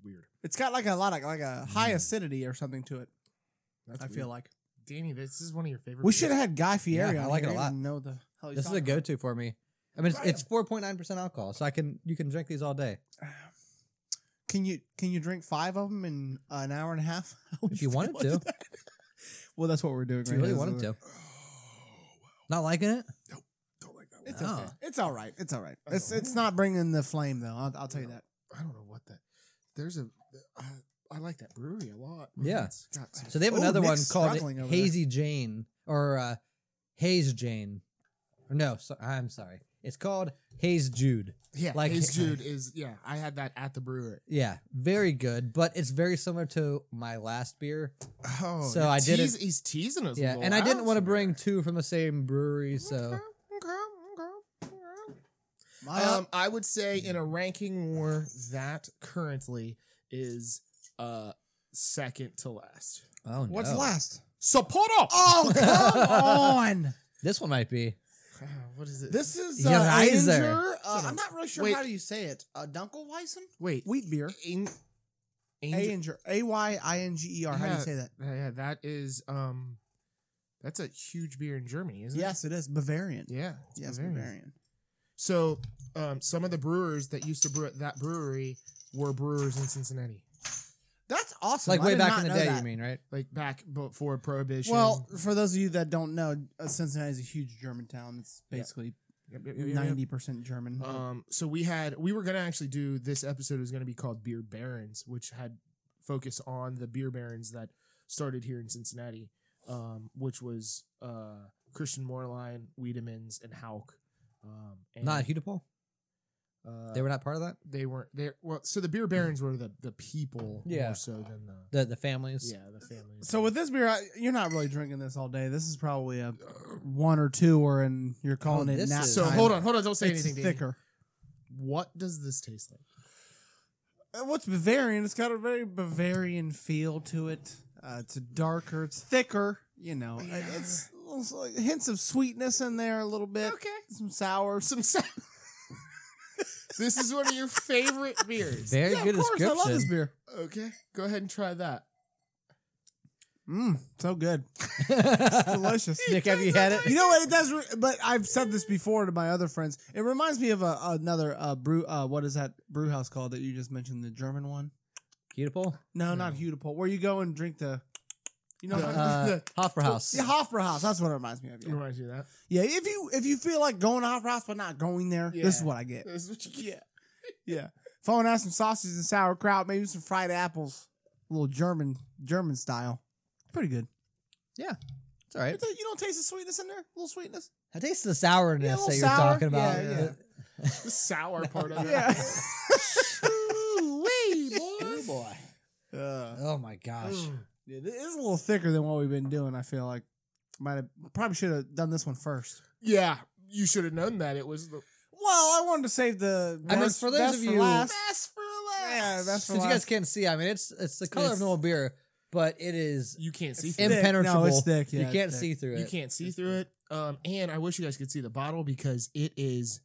weird. It's got like a lot of like Hmm. a high acidity or something to it. That's I feel like Danny, this is one of your favorite. we should have had Guy Fieri. Yeah, I on like here. it a He lot. didn't Know the hell he's This is a talking go-to for me. I mean, it's, it's 4.9% alcohol, so I can you can drink these all day about. Can you can you drink five of them in an hour and a half? I if you would wanted do to. that. Well, that's what we're doing. If right you really now, wanted isn't to. it? Not liking it? Don't like that It's Oh. okay. It's all right. It's all right. Oh. It's it's not bringing the flame though. I'll, I'll tell you that. I don't know what that. There's a. I, I like that brewery a lot. Yeah. It's got some- So they have Oh, another Nick's one struggling called over there. Hazy Jane or uh, Haze Jane. No, so, I'm sorry. It's called Haze Jude. yeah. Like Like- his Jude is. Yeah, I had that at the brewery. Yeah, very good, but it's very similar to my last beer. Oh, So you're I didn't- teas- He's teasing us. a Yeah, little. and I didn't don't want to see bring that. two from the same brewery, so Okay, okay, okay, okay. Oh. My Uh, Um, I would say in a hmm. ranking war that currently is uh second to last. oh no. what's last? Sapporo. Oh come on! This one might be. Uh, what is it? This is You uh, got an eyes there. Ainger. Uh, I'm not really sure Wait. how do you say it. Uh, Dunkelweizen wait. wheat beer. In, Angel- Ainger. A y i n g e r. How do you Yeah. say that? yeah, yeah, that is um, that's a huge beer in Germany, isn't Yes, it is Bavarian. it? Yeah. it's Yes, Bavarian. Bavarian. So, um, some of the brewers that used to brew at that brewery were brewers in Cincinnati, That's awesome. Like I way did back not in the know day, that. you mean, right? like back before Prohibition. Well, for those of you that don't know, uh, Cincinnati is a huge German town. It's Yeah. basically Yep, yep, yep, yep, yep. ninety percent German. Mm-hmm. Um, so we had we were gonna actually do this episode was gonna be called Beer Barons, which had focus on the beer barons that started here in Cincinnati, um, which was uh, Christian Moreline, Wiedemann's, and Hauk. Um, and, Not Hudepole. uh, They were not part of that. they weren't there. Well, so the beer barons were the the people Yeah. more so than the The the families. yeah the families. so with this beer, I, you're not really drinking this all day. This is probably a one or two, or and you're calling Oh, it this nap is- so time. hold on, hold on, don't say It's anything. Danny. thicker. What does this taste like? Uh, What's Bavarian? It's got a very Bavarian feel to it. Uh, it's darker. It's thicker. You know, uh, it's little- hints of sweetness in there a little bit. Okay. Some sour. Some sa- This is one of your favorite beers. Very yeah, good of course. I description. love this beer. Okay, go ahead and try that. Mmm, so good. Delicious. Nick, have you had it? You know what it does, re- but I've said this before to my other friends. It reminds me of a, another uh, brew. Uh, what is that brew house called that you just mentioned? The German one? Beautiful. No, not No. Hudepole. Where you go and drink the, you know, Uh, the, Hofbrauhaus. yeah, Hofbrauhaus. That's what it reminds me of. Yeah. Reminds you of that. yeah, if you if you feel like going to Hofbrauhaus but not going there, this is Yeah. what I get. This is what you get. Yeah, if I want to have some sausage and sauerkraut, maybe some fried apples, a little German German style. Pretty good. It's all right. It's a- you don't taste the sweetness in there? A little sweetness? I taste the sourness Yeah, a little that you're sour. talking about. Yeah, yeah. The sour part of it. Yeah. Oh, boy. Uh, Oh my gosh. Mm. Yeah, it is a little thicker than what we've been doing. I feel like might have probably should have done this one first. Yeah, you should have known that it was the Well, I wanted to save the I mean, best- for those best of for you- last. best for Yeah, that's for Since you guys last. can't see, I mean, it's it's the color It's- of normal beer, but it is You can't see It's through it. thick. impenetrable. No, it's thick. Yeah, you it's can't thick. see through it. You can't see through it. Um, and I wish you guys could see the bottle because it is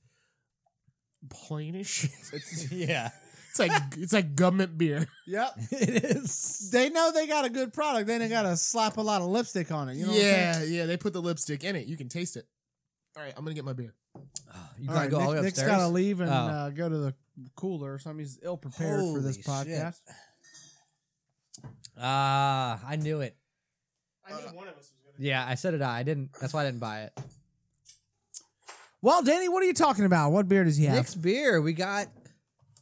plain as shit. It's, yeah, it's like it's like government beer. Yep. it is. They know they got a good product. They ain't got to slap a lot of lipstick on it. You know. what I'm saying? yeah, yeah. They put the lipstick in it. You can taste it. All right, I'm gonna get my beer. You All gotta right, go Nick, all the way Nick's upstairs. got to leave and Oh. uh, go to the cooler. or something. He's ill prepared for this Holy shit. podcast. Ah, I knew it. I knew one of us was gonna. Yeah, I said it. I didn't. That's why I didn't buy it. Well, Danny, what are you talking about? What beer does he have? Nick's beer. We got.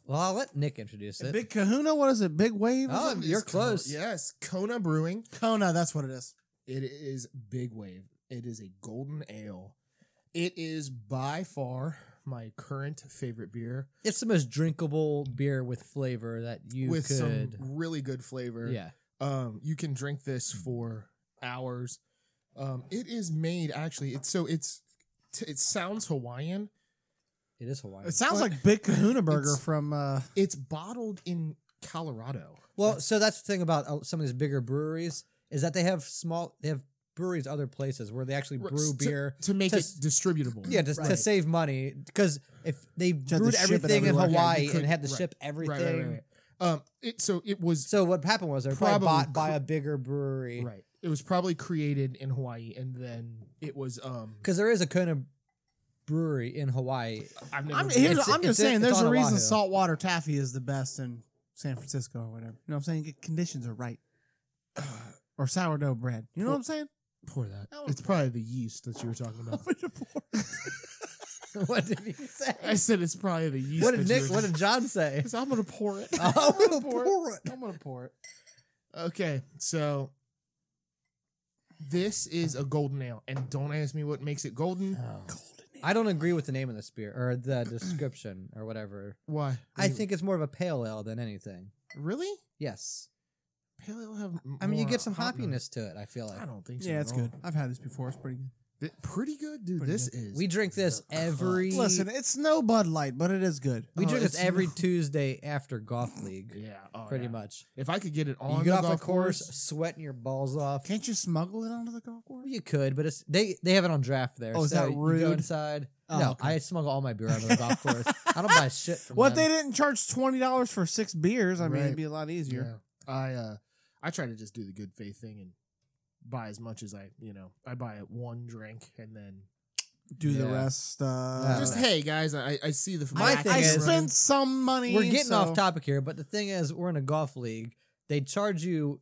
Well, I'll let Nick introduce it. Big Kahuna. What is it? Big Wave. Oh, you're close. Yes, Kona Brewing. Kona. That's what it is. It is Big Wave. It is a golden ale. It is by far my current favorite beer It's the most drinkable beer with flavor that you with some could. really good flavor. yeah, Um, you can drink this Mm. for hours. Um, it is made actually. It's so it's t- it sounds Hawaiian. it is Hawaiian. It sounds But- like Big Kahuna Burger It's- from. Uh, It's bottled in Colorado. Well, so that's the thing about uh, some of these bigger breweries is that they have small. They have breweries other places where they actually Right, brew to- beer. to make it Just- distributable. Yeah, just to Right. save money because if they to brewed ship it everything in Yeah, everywhere. you Hawaii couldn't- and had to right, ship everything. Right, right, right, right. Um, it so it was So what happened was they were Probably probably bought by cr- a bigger brewery right. It was probably created in Hawaii, and then it was um. because there is a kind of brewery in Hawaii. I've never. I'm, been- here's, it's- I'm it's- just saying, it's there's on a reason Oahu. saltwater taffy is the best in San Francisco or whatever. You know what I'm saying? Conditions are right. Or sourdough bread. You know what I'm saying? Pour that. That It's was- probably the yeast that you were talking about. what did he say? I said it's probably the yeast. What did that you Nick? were- What did John say? I said, I'm gonna pour it. I'm Oh, gonna pour it. I'm gonna pour it. Okay, so this is a golden ale, and don't ask me what makes it golden. Oh. I don't agree with the name of this beer or the description or whatever. Why? I think it's more of a pale ale than anything. really Yes. pale ale have. m- I mean, you more get some hop in it. hoppiness to it. I feel like I don't think so. Yeah, at it's all. good. I've had this before. It's pretty good. Th- pretty good, dude. Pretty this good. is. we drink this every. Listen, it's no Bud Light, but it is good. we oh, drink this it's- every Tuesday after golf league, Yeah, oh, pretty yeah. much. If I could get it on You get the off the golf course, sweating your balls off. Can't you smuggle it onto the golf course? You could, but it's they they have it on draft there. Oh, is so that You rude? go inside. Oh, no, okay. I smuggle all my beer out of the golf course. I don't buy shit from What they them. didn't charge twenty dollars for six beers, I mean, Right. it'd be a lot easier. Yeah. I uh, I try to just do the good faith thing and buy as much as I, you know, I buy one drink and then Do the Yeah. rest. Uh, Yeah. just Just, hey guys, I I see the My I, thing I is- spent some money. We're getting so- off topic here, but the thing is, we're in a golf league. They charge you.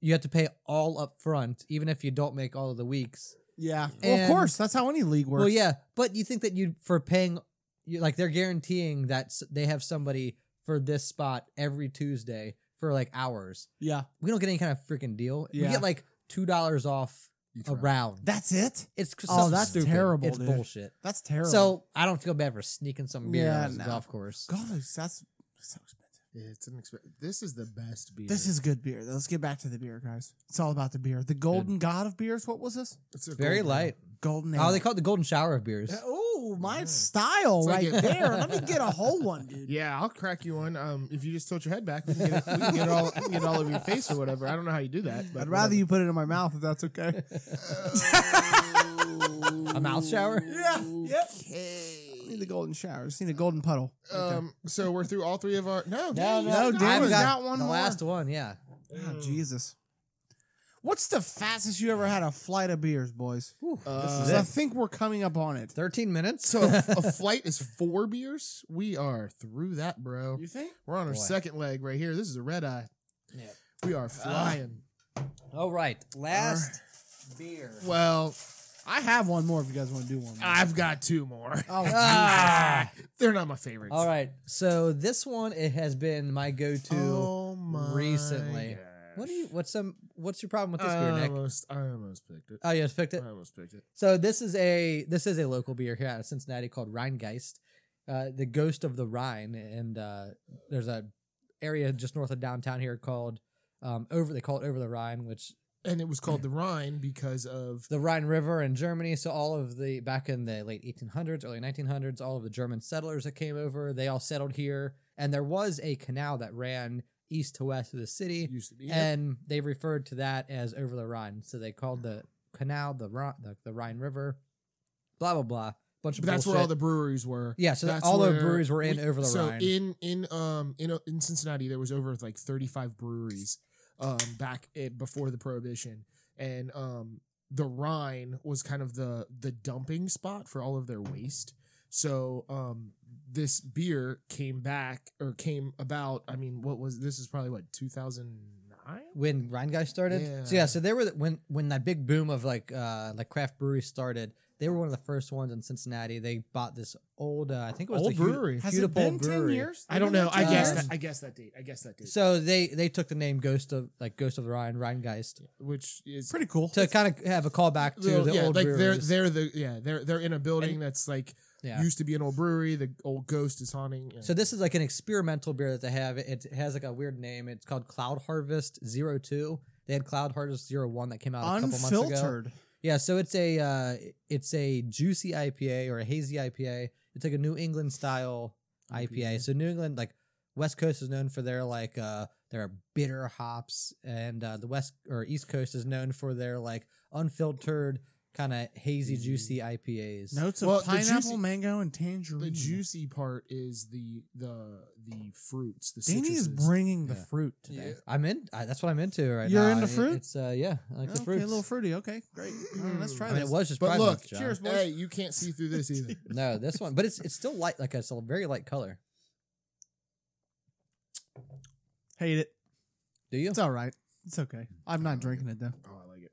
You have to pay all up front, even if you don't make all of the weeks. Yeah. Well, of And- course, that's how any league works. Well, yeah, but you think that you for paying, you like they're guaranteeing that s- they have somebody for this spot every Tuesday for like hours. Yeah. We don't get any kind of freaking deal. Yeah. We get like two dollars off You a try. round. That's it. It's Oh, something that's stupid. terrible, It's dude. bullshit. That's terrible. So I don't feel bad for sneaking some beer Yeah, on the no. golf course. golf is that's so expensive. It's an exp- This is the best beer. This is good beer. Let's get back to the beer, guys. It's all about the beer. The golden god of beers. What was this? It's a Very golden ale. light. Golden. Oh, ale. they call it the golden shower of beers. Yeah, ooh, oh, my style It's like right it- there. Let me get a whole one, dude. Yeah, I'll crack you one. Um, if you just tilt your head back, we can get it, we can get it all we can get it all over your face or whatever. I don't know how you do that. But I'd rather you put it in my mouth if that's okay. A mouth shower? yeah. Yep. I Okay. need the golden shower. I just need a golden puddle. Um, so we're through all three of our. No, Dan, you no, still Dan got, I've was got, got one the more. last one. Yeah, Oh, Jesus. What's the fastest you ever had a flight of beers, boys? Uh, 'Cause I think we're coming up on it. thirteen minutes. so a, a flight is four beers. We are through that, bro. think? We're on our Boy. Ah. second leg right here. This is a red eye. Yeah. We are flying. All right, last beer. well, I have one more if you guys want to do one. more. I've got two more. Ah, oh, They're not my favorites. All right, so this one it has been my go-to. Oh my recently. gosh. What do you? What's some? What's your problem with this I beer, Nick? almost, I almost picked it. Oh, you just picked it. I almost picked it. So this is a this is a local beer here out of Cincinnati called Rheingeist, uh, the ghost of the Rhine, and uh, there's a area just north of downtown here called um, over they call it over the Rhine, which And it was called the Rhine because of the Rhine River in Germany. So all of the back in the late 1800s, early 1900s, all of the German settlers that came over, they all settled here, and there was a canal that ran east to west of the city. it used to be. and they referred to that as over the Rhine. So they called the canal the Rhine, the, the Rhine River, blah blah blah. Bunch of But that's where all the bullshit. breweries were. yeah. So That's all the where breweries were in we- over the so Rhine. in in um in in Cincinnati there was over like 35 breweries um back it, before the prohibition and um the Rhine was kind of the the dumping spot for all of their waste. So um this beer came back or came about I mean what was this is probably what 2009 when Rhine guys started, so Yeah. yeah, so they were the- when when that big boom of like uh like craft breweries started, they were one of the first ones in Cincinnati. They bought this old, uh, I think it was old the Hu- brewery. Has it Beautiful been brewery. 10 years? I don't know. I Uh, guess years? that I guess that date. I guess that date. So they they took the name Ghost of like Ghost of the Rhine Rhinegeist which is Pretty cool. to kind of have a callback to Well, the yeah, old like breweries. they're they're the yeah they're they're in a building that's like yeah. used to be an old brewery. The old ghost is haunting. yeah. So this is like an experimental beer that they have. It it has like a weird name. It's called Cloud Harvest 02. They had Cloud Harvest 01 that came out a couple months ago. Unfiltered. Yeah, so it's a uh, it's a juicy IPA or a hazy IPA. It's like a New England style IPA. Mm-hmm. So New England like West Coast is known for their like uh their bitter hops and uh, the West or East Coast is known for their like unfiltered kind of hazy juicy Mm. IPAs. Notes Well, of the pineapple, juicy- mango, and tangerine. the juicy part is the the the fruits. The Danny is citruses. bringing the Yeah. fruit today. Yeah. I'm in. I, that's what I'm into right You're now. into I mean, fruit? It's uh, yeah, I like the okay, fruits. a little fruity. Okay, great. All right, let's try I mean, this. it was just But Pride look, Month, John. cheers. Hey, you can't see through this either. No, this one, but it's it's still light. Like it's a very light color. Hate it. Do you? It's all right. It's okay. I'm not drinking it though. oh, I like it.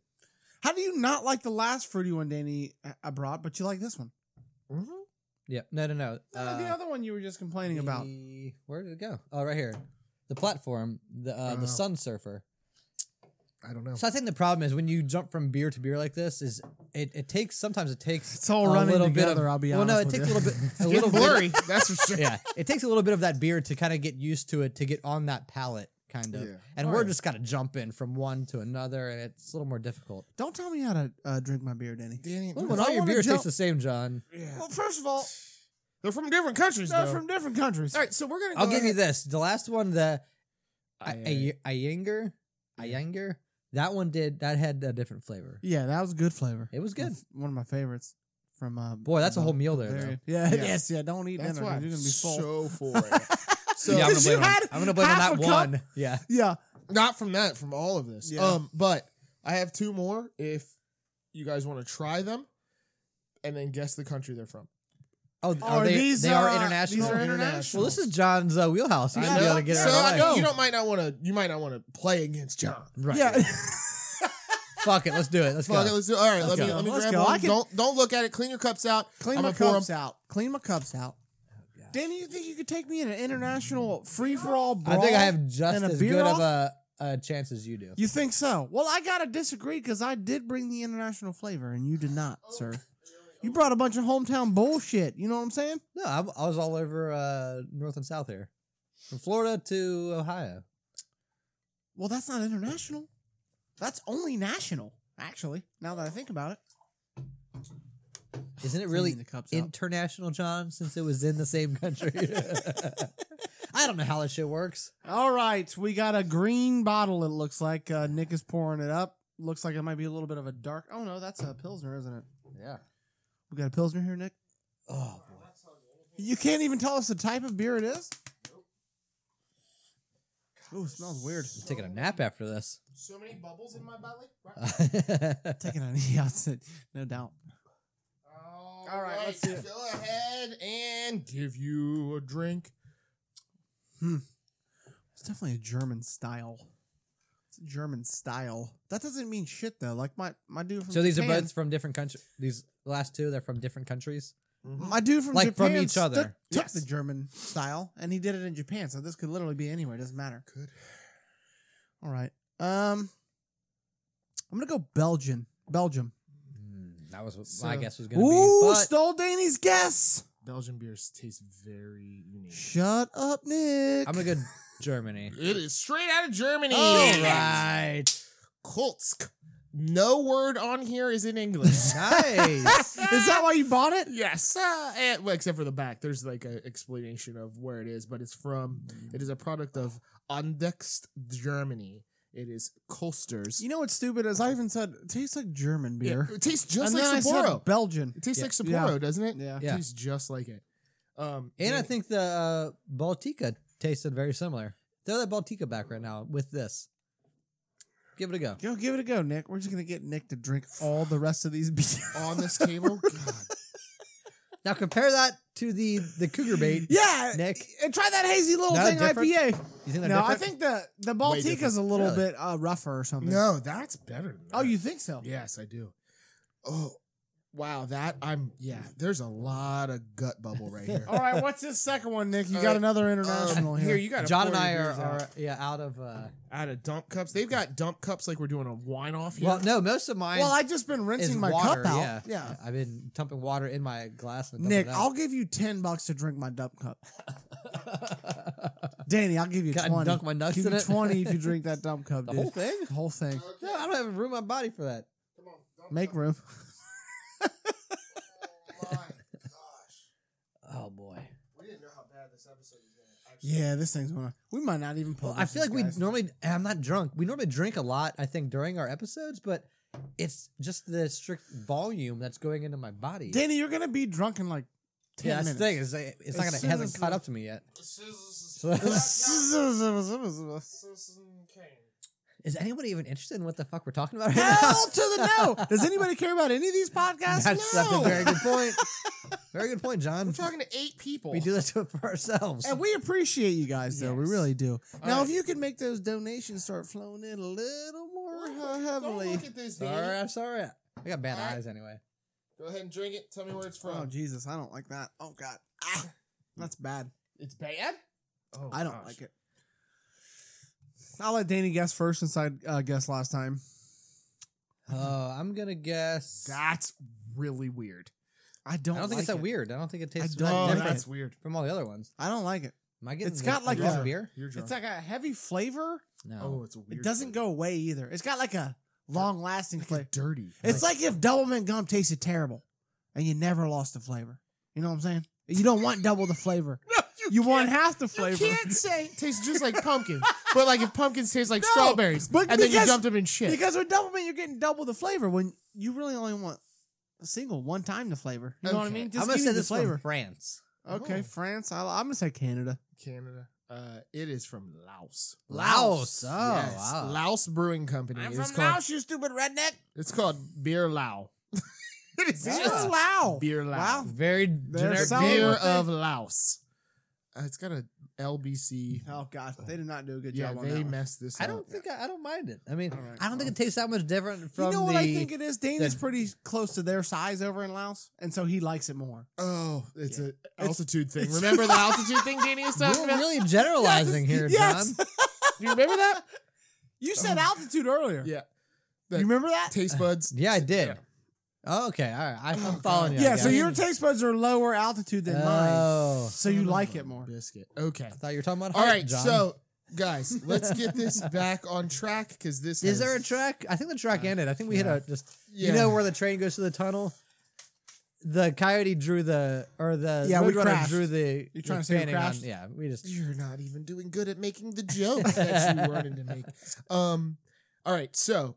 How do you not like the last fruity one Danny uh, I brought, but you like this one? Mm-hmm. Yeah. No, no, no. Uh, the other one you were just complaining about. the- where did it go? Oh, right here. The platform, the uh, Oh. the Sun Surfer. I Oh. don't know. So I think the problem is when you jump from beer to beer like this, is it, it takes sometimes it takes It's all a running little together. Bit of, I'll be well, honest. no, it with takes a you. little bit a It's little getting bit- blurry. that's for sure. Yeah, it takes a little bit of that beer to kind of get used to it to get on that palate kind of. Yeah. And All we're right. just kind of jumping from one to another, and it's a little more difficult. Don't tell me how to uh, drink my beer, Danny. Danny, Well, if when I all your wanna beer jump- tastes the same, John. yeah. Well, first of all, they're from different countries. they're though. from different countries. All right, so we're gonna. I'll go give you ahead- this. The last one, the I- Ay- Ayanger, Ayanger, that one did that had a different flavor. Yeah, that was good flavor. It was good. One of my favorites from uh, Boy, that's a from, whole uh, meal there. Bavaria. Though. Yeah, Yeah. yes, yeah. Don't eat That's dinner. why 'cause I'm You're gonna be so full. full. Right now. So yeah, I'm gonna 'Cause you blame, had on, I'm gonna blame on half that a cup. one. Yeah, yeah, not from that, from all of this. Yeah. Um, but I have two more if you guys want to try them, and then guess the country they're from. Oh, Are are they? these, they are uh, international. these are international? international. well, this is John's uh, wheelhouse. You I should be know. able to get so it out I of the know way. you don't might not want to. You might not want to play against John. Right. yeah. Fuck it. Let's do it. Let's Fuck it, go. let's do. All right, let Let's me go. let me Let's grab go. I one. can- Don't don't look at it. Clean your cups out. Clean I'm my gonna pour cups 'em. out. Clean my cups out. Danny, you think you could take me in an international free for all I brawl? think I have just and a as beer good off? of a, a chance as you do. You think so? Well, I gotta disagree because I did bring the international flavor and you did not, sir. You brought a bunch of hometown bullshit. You know what I'm saying? No, I, I was all over uh, north and south here, from Florida to Ohio. Well, that's not international. That's only national, actually. Now that I think about it. Isn't it Cleaning really the cups out. international, John? Since it was in the same country. I don't know how this shit works. All right, we got a green bottle. It looks like uh, Nick is pouring it up. Looks like it might be a little bit of a dark. Oh no, that's a pilsner, isn't it? Yeah. We got a pilsner here, Nick. Oh boy. You can't even tell us the type of beer it is. Ooh, it smells weird. I'm taking a nap after this. So many bubbles in my belly. Uh, Taking on the outset, no doubt. All right, let's do it. Go ahead and give you a drink. It's definitely a German style. It's a German style. That doesn't mean shit though. Like my my dude from so these are Japan- both from different countries. These last two, they're from different countries. My dude from Like, from Japan each other. stuck- took Yes. the German style and he did it in Japan. So this could literally be anywhere. It doesn't matter. Could. All right. Um, I'm gonna go Belgian. Belgium. Mm, that was what So- my guess was going to be. Ooh, But stole Danny's guess. Belgian beers taste very unique. Shut up, Nick. I'm going to go Germany. It is straight out of Germany. All right. Kulsk. No word on here is in English. nice. Is that why you bought it? Yes, uh, and, well, except for the back. There's like an explanation of where it is, but it's from. It is a product of Andext, Germany. It is Kolsters. You know what's stupid is I even said it tastes like German beer. it tastes just and like then I Sapporo. said Belgian. It tastes Yeah. like Sapporo, doesn't it? Yeah. Yeah. It tastes just like it. Um, and I think the uh, Baltica tasted very similar. Throw that Baltica back right now with this. Give it a go. Go give it a go, Nick. We're just gonna get Nick to drink all the rest of these beers. on this table, God, Now compare that to the the cougar bait. yeah, Nick? And try that hazy little No, thing different? IPA. You think No, they're I different? think the the Way different. Baltica's a little Really? bit uh, rougher or something. no, that's better. than Oh, that. you think so? Yes, I do. Oh, wow, that I'm. Yeah, there's a lot of gut bubble right here. All right, what's this second one, Nick? You Uh, got another international Um, here. you got John and I are, are yeah out of. Uh, out of dump cups. They've got dump cups like we're doing a wine off here. Well, no, most of mine well, I just been is rinsing my water. cup out. Yeah. I've been dumping water in my glass. And dumping Nick, it out. I'll give you ten bucks to drink my dump cup. Danny, I'll give you Can I twenty. dunk my nuts give in you it? twenty if you drink that dump cup. The dude. whole thing? The whole thing. No, I don't have room in my body for that. Make room. Oh boy. We didn't know how bad this episode was going to Yeah, this thing's gonna. We might not even. Well, Publish I feel this, like we guys. normally. and I'm not drunk. We normally drink a lot. I think during our episodes, but it's just the strict volume that's going into my body. Danny, you're gonna be drunk in like ten yeah, that's the thing. minutes. Is that it's As not gonna it soon hasn't as caught the- up to me yet. Is anybody even interested in what the fuck we're talking about? Right Hell to the no! Does anybody care about any of these now? podcasts? That's, no. that's a very good point. very good point, We're John. talking to eight people. We do that to it for ourselves. And we appreciate you guys, though. We Yes. really do. now, right. if you can make those donations start flowing in a little more uh, Don't heavily. look at this, Danny. sorry, I'm sorry. I got bad All right. eyes anyway. Go ahead and drink it. Tell me where it's from. Oh, Jesus. I don't like that. Oh, God. Ah, that's bad. it's bad. Oh, I don't like it. I'll let Danny guess first since I uh, guessed last time. Oh, I'm gonna guess. That's really weird. I don't, I don't think like it's that it. weird. I don't think it tastes don't- that Oh, different that's weird. from all the other ones. I don't like it. Am I getting It's the- got like the wrong a- beer? You're drunk. It's like a heavy flavor. No. oh, it's a weird. it doesn't flavor. go away either. It's got like a long lasting Like flavor. a dirty. It's like if Doublemint gum tasted terrible and you never lost the flavor. You know what I'm saying? You don't want double the flavor. You want half the You flavor. can't say it tastes just like pumpkin, but like if pumpkins taste like No, strawberries, but and then you because- dumped them in shit. Because with Doublemint, you're getting double the flavor when you really only want a single one time the flavor. You know what I Okay. mean? I'm Just gonna give me say the this flavor. flavor. France. Okay, Oh. France. I, I'm gonna say Canada. Canada. Uh, it is from Laos. Laos. Oh, yes. wow. Laos Brewing Company. I'm It's from called- Laos, you stupid redneck. It's called Beer Lao. it is It's Yeah. just just Lao. Beer Lao. Wow. Very generic selling beer. Beer what they- of Laos. Uh, it's got a LBC. Oh gosh, they did not do a good yeah, job on that. they one. messed this I up. don't think I, I don't mind it. I mean, All right, I don't think well. it tastes that much different from You know what the. I think it is? Dana's the- pretty close to their size over in Laos, and so he likes it more. Oh, it's Yeah. an altitude thing. it's- Remember the altitude thing Danny was talking We're about? really generalizing here, Yes. John. Do you remember that? You said altitude earlier. Yeah. Oh. you remember that? Taste buds. Yeah, I did. Yeah. Oh, okay, all right. I, I'm Oh, following God. you. I Yeah, so guess. your taste buds are lower altitude than Oh. mine. So you Son of like a it more. Biscuit. Okay. I thought you were talking about. All heart, right. John. So, guys, let's get this back on track because this Is has- Uh, there a track? I think the track ended. I think we hit a just. Yeah. You know where the train goes to the tunnel. the coyote drew the or the Yeah, we Roadrunner crashed. drew the. You trying the to say we painting on- crashed? Yeah, we just You're not even doing good at making the jokes that you wanted to make. Um, all right, so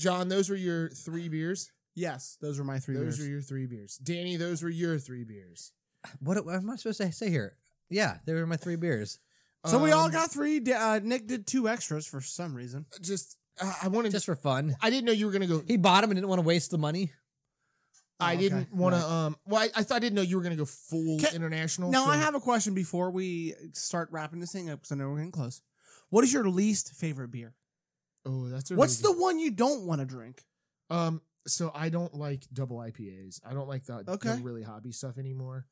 John, those were your three beers. Yes, those were my three. those beers. were your three beers. Danny, those were your three beers. what, what am I supposed to say here? Yeah, they were my three beers. So we all Um, got three. D- Uh, Nick did two extras for some reason. just. I I wanted. Just for fun. I didn't know you were gonna go. He bought them and didn't want to waste the money. I Oh, okay. didn't want to. Right. Um. Well, I, I thought I didn't know you were gonna go full Can- international. Now so- I have a question before we start wrapping this thing up because I know we're getting close. What is your least favorite beer? Oh, that's a What's really the one you don't want to drink? good- um. So I don't like double IPAs. I don't like the, the Okay. really hobby stuff anymore.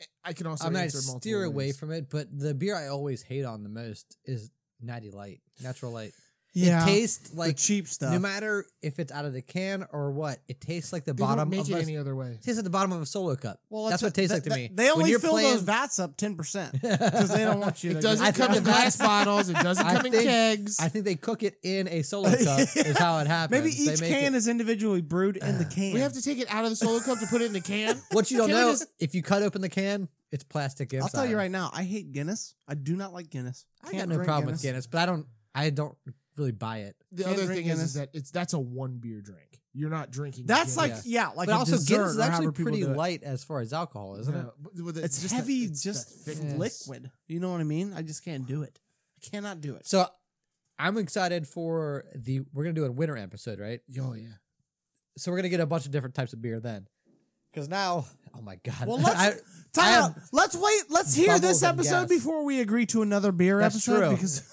Eh, I can also I mean, I answer multiple steer away ways. from it, but the beer I always hate on the most is Natty Light, Natural Light. Yeah, It tastes like like cheap stuff. no matter if it's out of the can or what, it tastes like the They bottom don't make of it a, any other way. tastes like the bottom of a solo cup. well, that's what it tastes like to me. They When only you're fill those playing- vats up ten percent because they don't want you. It to doesn't I come think in that- glass bottles. It doesn't I come in think- kegs. I think they cook it in a solo cup. Is how it happens. Maybe They each make can It, is individually brewed in the can. we have to take it out of the solo cup to put it in the can. what you don't Can we know, just- if you cut open the can, it's plastic inside. I'll tell you right now, I hate Guinness. I do not like Guinness. I got no problem with Guinness, but I don't. I don't really buy it. The Can't other drink thing is, is Guinness. that it's that's a one beer drink. You're not drinking. That's like Guinness. yeah, but like a also, dessert Guinness is or actually however people pretty do it. light as far as alcohol, isn't it? No, but with it- It's, just that- heavy, it's that just thick- thickness. liquid. You know what I mean? I just can't do it. I cannot do it. So I'm excited for the we're gonna do a winter episode, right? Oh yeah. So we're gonna get a bunch of different types of beer then. Because now, oh my god! Well, let's- I- I Time have- out. Let's wait. Let's hear Bubbles this and episode gas. before we agree to another beer That's episode true. because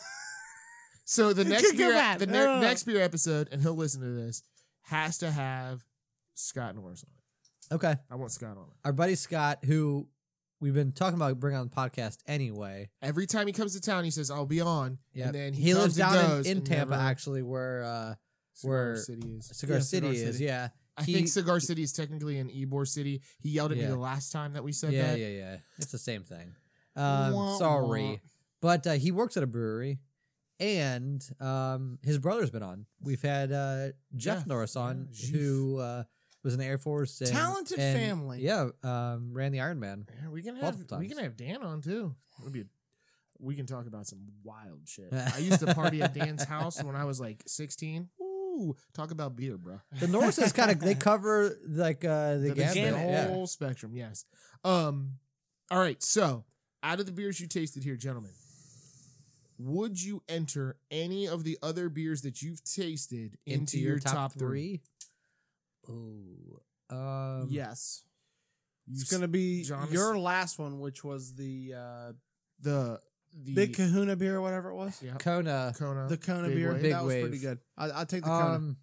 So the It next could go beer, bad. the No, ne- no, no. next beer episode, and he'll listen to this, has to have Scott Norris on it. okay, I want Scott on it our buddy Scott, who we've been talking about bringing on the podcast anyway. every time he comes to town. He says, "I'll be on." Yeah, And then he, he, lives comes and down in, goes in and Tampa, never- actually, where uh, Cigar where- City is. Cigar Yeah, City Cigar is. City. Yeah, I he- think Cigar City is technically an Ybor City. He yelled at Yeah. me the last time that we said yeah, that. yeah, yeah. It's the same thing. Um, Wah, sorry, wah. but uh, he works at a brewery, and um, his brother's been on. We've had uh, Jeff Jeff, Norris on, yeah, Jeff. who uh, was in the Air Force. And, Talented and- family. Yeah, um, ran the Iron Man. Yeah, we can have Multiple we times. can have Dan on too. It'll be we can talk about some wild shit. I used to party at Dan's house when I was like 16. Ooh, talk about beer, bro. The Norrises kind of they cover like uh, the, the, the gamut. gamut, yeah. whole spectrum. Yes. Um. All right. So, out of the beers you tasted here, gentlemen, would you enter any of the other beers that you've tasted into, your, top, three? Ooh. Um, yes, You it's gonna be Jonas- your last one, which was the uh, the the Big Kahuna beer, or whatever it was. yeah, Kona. Kona. The Kona Big beer Wave. Big that was pretty Wave. good. I, I'll take the Kona. Um,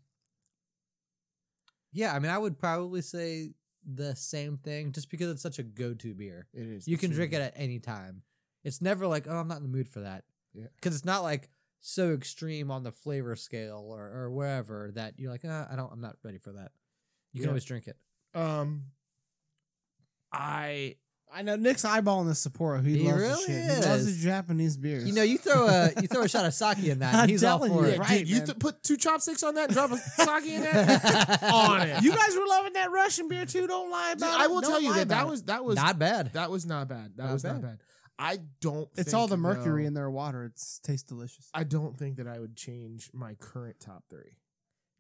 yeah, I mean, I would probably say the same thing just because it's such a go-to beer. it is. You It's can really drink it good. at any time. It's never like, oh, I'm not in the mood for that. Yeah. Because it's not like so extreme on the flavor scale or, or wherever that you're like, uh, I don't, I'm not ready for that. You can Yeah. always drink it. Um. I I know Nick's eyeballing the Sapporo. He, He loves really the shit. He loves is. the Japanese beers. You know, you throw a you throw a shot of sake in that, I'm and he's all telling for you, it. yeah, right, dude, you man. th- put two chopsticks on that, and drop a sake in that, on it. you guys were loving that Russian beer too. Don't lie Dude, about it. I will Don't tell you lie that that about it. was that was Not bad. That was not bad. That Not was bad. not bad. I don't. It's think, all the mercury though- in their water. It's tastes delicious. I don't think that I would change my current top three.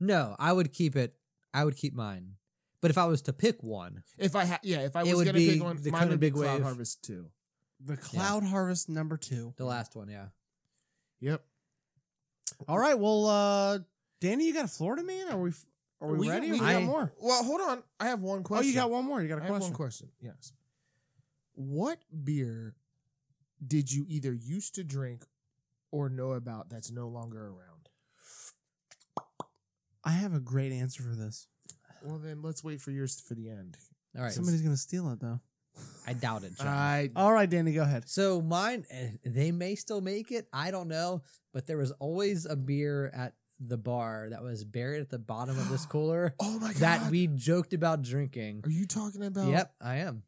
No, I would keep it. I would keep mine. But if I was to pick one, If I had, yeah, if I It was would gonna be pick one, the mine Kona would be Big Cloud Wave. Harvest two. The Cloud Harvest number two. the last one, yeah. Yep. All right. Well, uh Danny, you got a Florida man? Are we f- are we, We- ready? we or we got I- more? Well, hold on. I have one question. Oh, you got one more. You got a I have question. one question. Yes. What beer did you either used to drink or know about that's no longer around? I have a great answer for this. Well, then let's wait for yours for the end. All right. Somebody's gonna steal it though. I doubt it, John. I All right, Danny, go ahead. So mine, eh, they may still make it. I don't know, but there was always a beer at the bar that was buried at the bottom of this cooler oh my god. that we joked about drinking. Are you talking about? Yep, I am.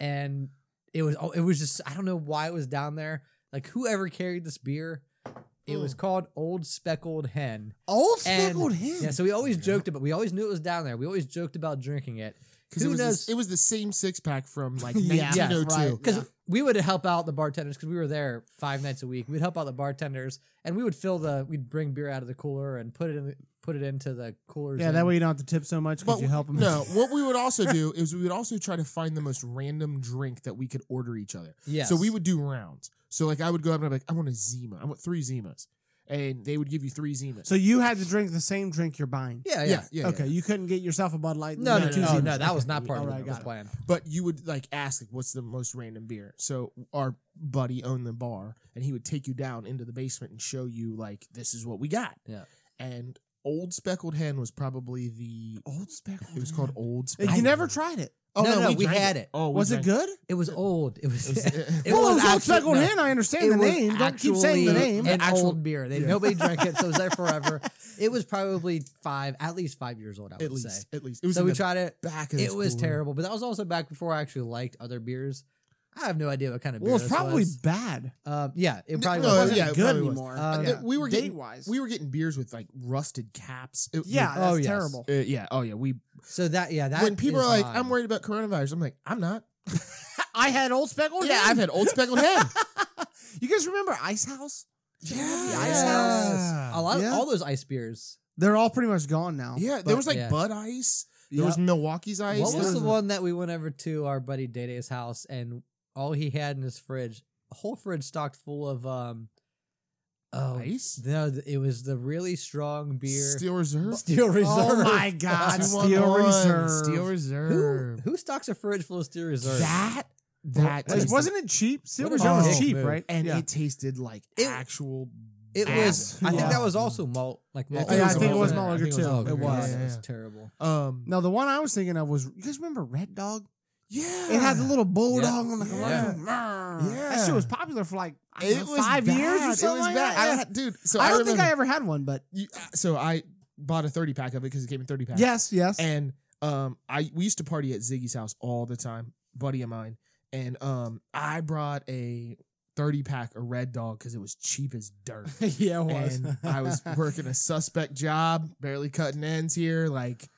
And it was oh, it was just I don't know why it was down there. Like whoever carried this beer, it was Mm. called Old Speckled Hen. Old And- speckled hen. Yeah, so we always Yeah. joked about. We always knew it was down there. We always joked about drinking it. because Who it was knows? the, it was the same six pack from like Yeah, 1902. right. Because Yeah. we would help out the bartenders because we were there five nights a week. We'd help out the bartenders, and we would fill the. We'd bring beer out of the cooler and put it in. The, put it into the coolers. Yeah, and- that way you don't have to tip so much because But you help them. no, what we would also do is we would also try to find the most random drink that we could order each other. Yes. So we would do rounds. So like I would go up and I'd be like, I want a Zima. I want three Zimas, and they would give you three Zimas. So you had to drink the same drink you're buying. Yeah, yeah. yeah, yeah, yeah. okay, you couldn't get yourself a Bud Light. No, No, no, no, no, no, no, no, that was not okay. part Alright, of the got it. plan. But you would like ask like, what's the most random beer? So our buddy owned the bar, and he would take you down into the basement and show you like, this is what we got. Yeah. And Old Speckled Hen was probably the Old Speckled. it was called Old Hey, Speckled. You Hen. never tried it. Oh No, no, we drank had it. Oh, we was it drank good? It was old. It was. It was- it well, it was Old actually- Speckled no, Hen. I understand it the was name. Don't keep saying the actually name. An Actual- old beer. They, Yeah. Nobody drank it, so it was there forever. it was probably five, at least five years old. I would At least, say. at least it was so in we the tried it. back. Of It this was cooler. terrible, but that was also back before I actually liked other beers. I have no idea what kind of beer. Well, it's this probably was. bad. Um, yeah, it probably no, It was. wasn't yeah, it good probably was. anymore. Uh, Yeah, we were getting- wise. We were getting beers with like rusted caps. It- yeah, Oh, that's yes. terrible. Uh, yeah. Oh yeah. We So that yeah, that when people is are like, odd. "I'm worried about coronavirus," I'm like, "I'm not." I had Old Speckled. yeah, Hen. I've had old speckled hen. You guys remember Ice House? yeah, The Ice House. a lot of Yeah. all those ice beers. They're all pretty much gone now. Yeah, But- there was like yeah. Bud Ice. There was Milwaukee's Ice. What was there the Those are- one that we went over to our buddy Day Day's house and all he had in his fridge, a whole fridge stocked full of um, oh Ice? no, th- it was the really strong beer Steel Reserve. Steel Oh Reserve. my God, Two Steel on one, Reserve. Steel Who Reserve. who stocks a fridge full of Steel Reserve? That that Like, tasted- wasn't it cheap? Steel What a Reserve was dick cheap, move. right? and yeah. it tasted like It- actual. it was. ass. I think Yeah. that was also malt. Like malt. Yeah, I think it was wasn't Mulligan I think it was too. Oh, Mulligan, it was. yeah, It was yeah. terrible. Um, no, the one I was thinking of was you guys remember Red Dog? yeah, It had the little bulldog on the Yeah. collar. That shit was popular for like I don't It know, was five years bad. or something It was like bad. I that. had- dude. So I, I, don't remember, think I ever had one, but you- so I bought a thirty pack of it because it came in thirty packs. yes, yes. and um, I we used to party at Ziggy's house all the time, buddy of mine, and um, I brought a thirty pack of Red Dog because it was cheap as dirt. yeah, it and I was working a suspect job, barely cutting ends here, like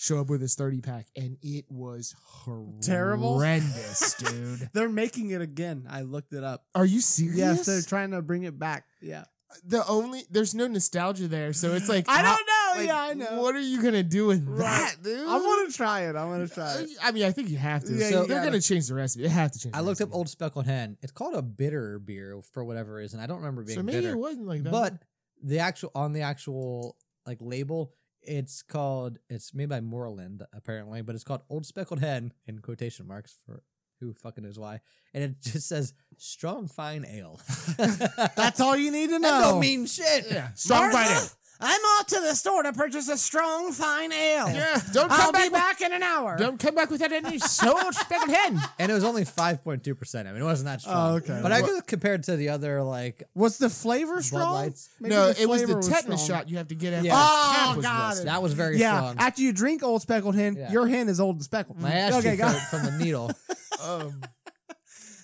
show up with this 30 pack and it was horrendous, Terrible? horrendous, dude. They're making it again. I looked it up. Are you serious? Yes, they're trying to bring it back. Yeah, the only there's no nostalgia there, so it's like I how- don't know. like, yeah, I know. What are you gonna do with Right. that, dude? I want to try it. I want to try it. I mean, I think you have to. Yeah, so you they're gotta- gonna change the recipe. They have to change. I the looked up recipe. Old Speckled Hen. It's called a bitter beer for whatever reason. I don't remember being So maybe bitter. it wasn't like that. but the actual on the actual like label, it's called it's made by Moreland apparently, but it's called Old Speckled Hen in quotation marks for who fucking knows why, and it just says strong fine ale. That's all you need to know. that don't mean shit. yeah, strong Martha, fight ale. I'm off to the store to purchase a strong fine ale. Yeah, don't come back. with- in an hour. Don't come back with that any soul speckled hen. And it was only five point two percent. I mean, it wasn't that strong. Oh, okay. But I What- could compare it to the other like Was the flavor Bud strong? Lights. Maybe no, the it was the flavor tetanus strong. shot you have to get after Yeah. the Oh, cap was got rusted. it. That was very Yeah, strong. after you drink old speckled hen, Yeah. your hen is old and speckled. My ass okay, okay, got from the needle. um,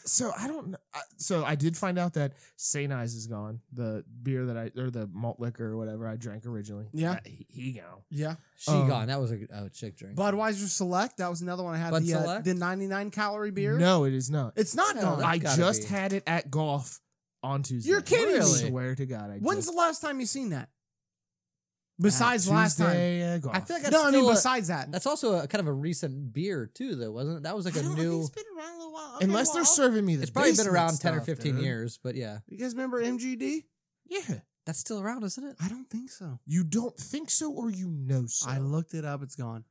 so I don't. kn- I- So I did find out that St. Ives is gone. The beer that I or the malt liquor or whatever I drank originally. Yeah. That- he, he gone. yeah. She Um, gone. That was a, a chick drink. Budweiser Select. That was another one I had. Bud the, uh, Select? the 99 calorie beer. No, it is not. it's not No, gone. that's I gotta just be. had it at golf on Tuesday. You're kidding I me. Swear to God, I When's just, the last time you seen that? Besides last time. Ah, Tuesday at golf. I feel like that's No, I mean still a- besides that. That's also a kind of a recent beer too, though, wasn't it? That was like a new. been around a little while. unless they're serving me the. It's probably been basement around ten or stuff, fifteen dude. years, but yeah, You guys remember MGD? Yeah, that's still around, isn't it? I don't think so. you don't think so, or you know so. I looked it up. It's gone.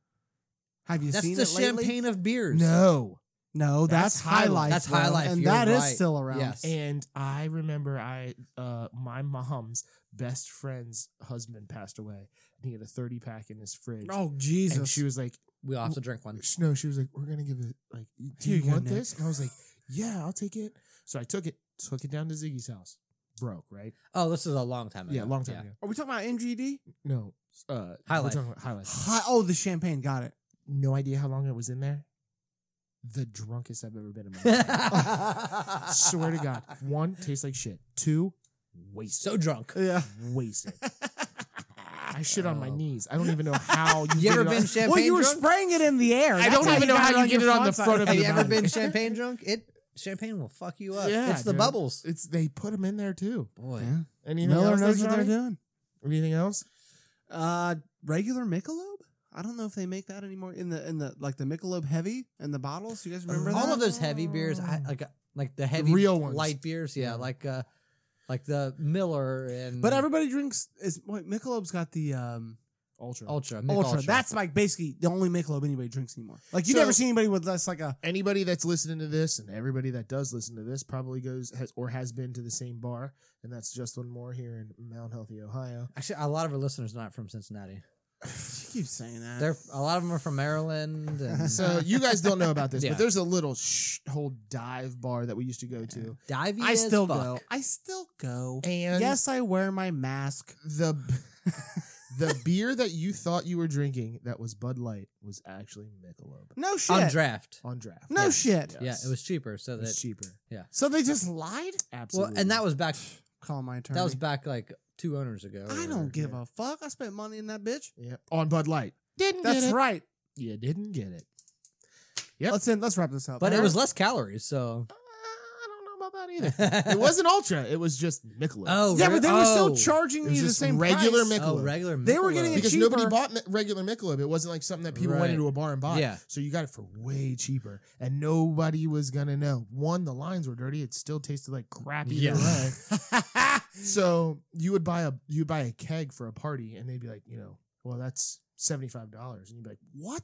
Have you That's seen the it lately? champagne of beers. no. No, That's that's, High High Life. That's bro, High Life, and you're that is right. still around. Yes. And I remember I uh my mom's best friend's husband passed away and he had a 30 pack in his fridge. Oh and Jesus! she was like, we all have to drink one. sh- no, she was like, we're gonna give it like do you Here you go, want Nick. this? And I was like, Yeah, I'll take it. So I took it, took it down to Ziggy's house. Broke, right? Oh, this is a long time ago. yeah, long time ago. Are we talking about MGD? No. Uh High we're Life. talking about High Life. Hi- oh, the champagne. Got it. No idea how long it was in there. The drunkest I've ever been in my life. Yeah. Swear to God. One, tastes like shit. Two, wasted. so drunk. Yeah. wasted. I shit on my knees. I don't even know how you. You get ever it on- been champagne Well, you were drunk? spraying it in the air. I That's don't even you know got how you get it your on the front of side. Have you your ever mouth. been champagne drunk? It champagne will fuck you up. Yeah, it's the dude. bubbles. It's they put them in there too. Boy, Yeah. Anything Miller else? knows there, what they're Johnny? doing. Anything else? Uh, regular Michelob. I don't know if they make that anymore in the in the like the Michelob heavy and the bottles. You guys remember all that? of those heavy beers, I, like uh, like the heavy real ones. light beers. Yeah, Yeah. like uh, like the Miller and Mm. But everybody drinks is wait, Michelob's got the um, Ultra. Ultra, Mick ultra. That's like basically the only Michelob anybody drinks anymore. Like you So- never see anybody with less like a Anybody that's listening to this, and everybody that does listen to this, probably goes has or has been to the same bar, and that's just one more here in Mount Healthy, Ohio. actually a lot of our listeners are not from Cincinnati. you keep saying that. They're a lot of them are from Maryland. And So you guys don't know about this, Yeah. but there's a little sh- whole dive bar that we used to go to, divey I as still fuck. go. I still go. and yes, I wear my mask. the the beer that you thought you were drinking that was Bud Light was actually Michelob No shit. on draft. on draft. no Yes. shit. Yes. Yeah, it was cheaper. So It that was cheaper. So they just lied. well, Absolutely. and that was back. Call my attorney. That was back like two owners ago. I or- don't give a fuck. I spent money in that bitch. yeah on Bud Light. Didn't That's get it. right. You didn't get it. Yep. Let's end. Let's wrap this up. But it Alright. was less calories, so. Uh, I don't know about that either. it wasn't ultra. It was just Michelob. Oh, yeah, re- but they were oh. still charging It was me the just same regular price. Mick- Oh, Michelob. regular. They were getting Michelob. it because nobody cheaper. bought Mi- regular Michelob. It wasn't like something that people Right. went into a bar and bought. Yeah. So you got it for way cheaper, and nobody was gonna know. One, the lines were dirty. It still tasted like crap either Yeah. way. So you would buy a you would buy a keg for a party, and they'd be like, you know, well that's seventy five dollars, and you'd be like, what?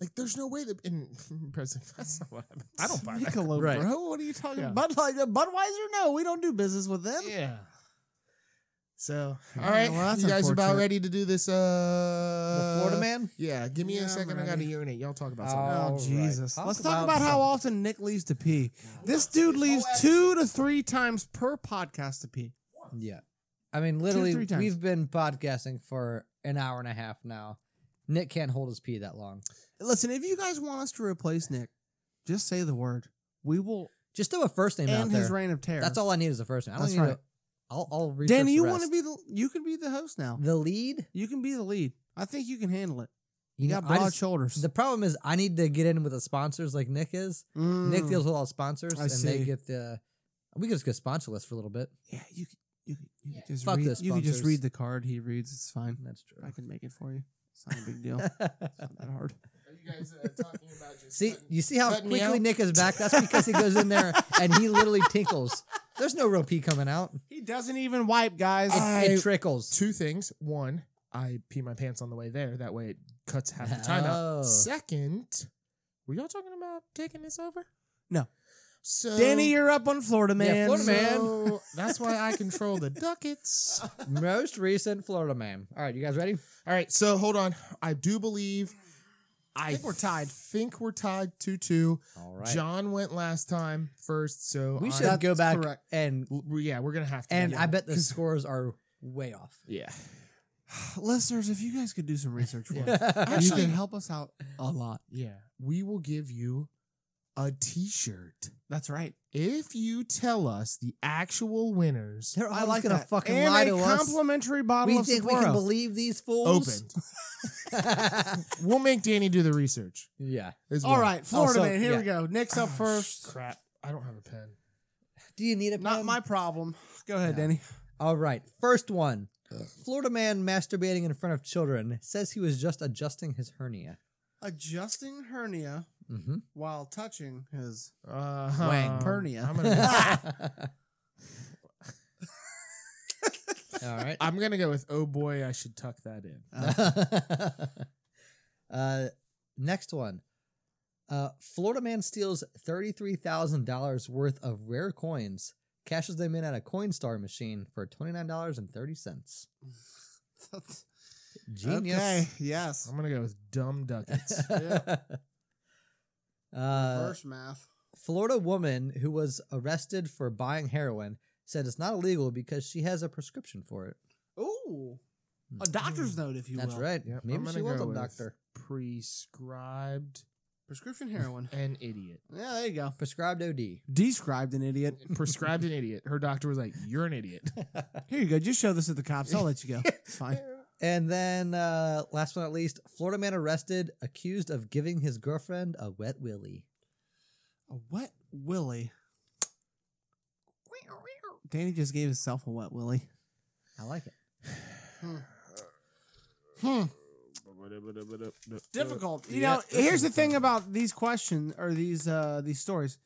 Like, there's no way that in president. That's not what happened. I don't buy that. Michelob, Right. bro. What are you talking Yeah. about? Bud Light, Budweiser? No, we don't do business with them. Yeah. So, Yeah, all right, well, that's you guys about unfortunate. ready to do this? Uh, The Florida man. Yeah, give me Yeah, a I'm second. I got to ready. urinate. Y'all talk about Oh, something. Oh All Jesus! right. Let's Talk talk about about how something. often Nick leaves to pee. This dude leaves two to three times per podcast to pee. Yeah. I mean, literally, three times. we've been podcasting for an hour and a half now. Nick can't hold his pee that long. Listen, if you guys want us to replace Nick, just say the word. We will Just throw a first name out end his there. reign of terror. That's all I need is a first name. I don't That's need right. a, I'll, I'll research Danny, the you rest. want to be the you can be the host now. the lead? You can be the lead. I think you can handle it. You, know, got I broad just- shoulders. The problem is I need to get in with the sponsors like Nick is. Mm. Nick deals with all the sponsors, I and they see. get the. We could just get sponsorless for a little bit. Yeah, you could, you could, you could just Fuck read, those you could just sponsors. read the card he reads. It's fine. That's I true. can make it for you. It's not a big deal. It's not that hard. Are you guys uh, talking about just see, cutting- you see how Cutting me quickly out? Nick is back. That's because he goes in there and he literally tinkles. There's no real pee coming out. He doesn't even wipe, guys. It, I- it trickles. two things? One, I pee my pants on the way there. That way, it cuts half the time Oh. out. Second, were y'all talking about taking this over? No. So Danny, you're up on Florida man. Yeah, Florida man. So Oh. that's why I control the ducats. Most recent Florida man. All right, you guys ready? All right, so hold on. I do believe. I think we're tied. Think we're tied two two. All right. John went last time first, so we I- should go That's back correct. and Well, Yeah, we're gonna have to. and yeah. I bet the scores are way off. Yeah. Listeners, if you guys could do some research for us, you Actually- could help us out a lot. Yeah. We will give you a T-shirt That's right. if you tell us the actual winners They're I always like gonna that. fucking and lie a to us. complimentary bottle We of think we Sapporo. can believe these fools. opened. we'll make Danny do the research. yeah. as All well. right, Florida Also- man. Here yeah. we go. Nick's up Oh, first. Crap. I don't have a pen. Do you need a Not pen? my problem. Go ahead, No. Danny. All right. First one. Florida man masturbating in front of children says he was just adjusting his hernia. Adjusting hernia Mm-hmm. while touching his. Uh, Wang. Pernia. I'm gonna, All right. I'm gonna go with. Oh boy, I should tuck that in. uh, next one. Uh, Florida man steals thirty-three thousand dollars worth of rare coins, cashes them in at a Coinstar machine for twenty-nine dollars and thirty cents. Genius. Okay. Yes. I'm gonna go with dumb ducats. uh, First math. Florida woman who was arrested for buying heroin said it's not illegal because she has a prescription for it. Ooh. A doctor's note, if you Hmm. That's will. right. Yep, I'm Maybe gonna she was go a with doctor. Prescribed Prescription heroin. an idiot. yeah, there you go. Prescribed OD. Described an idiot. Prescribed an idiot. Her doctor was like, "You're an idiot." Here you go. Just show this to the cops. I'll let you go. It's fine. And then, uh, last but not least, Florida man arrested accused of giving his girlfriend a wet willy. A wet willy. Danny just gave himself a wet willy. I like it. Hmm. Difficult. difficult. You know, here's the thing about these questions or these uh these stories.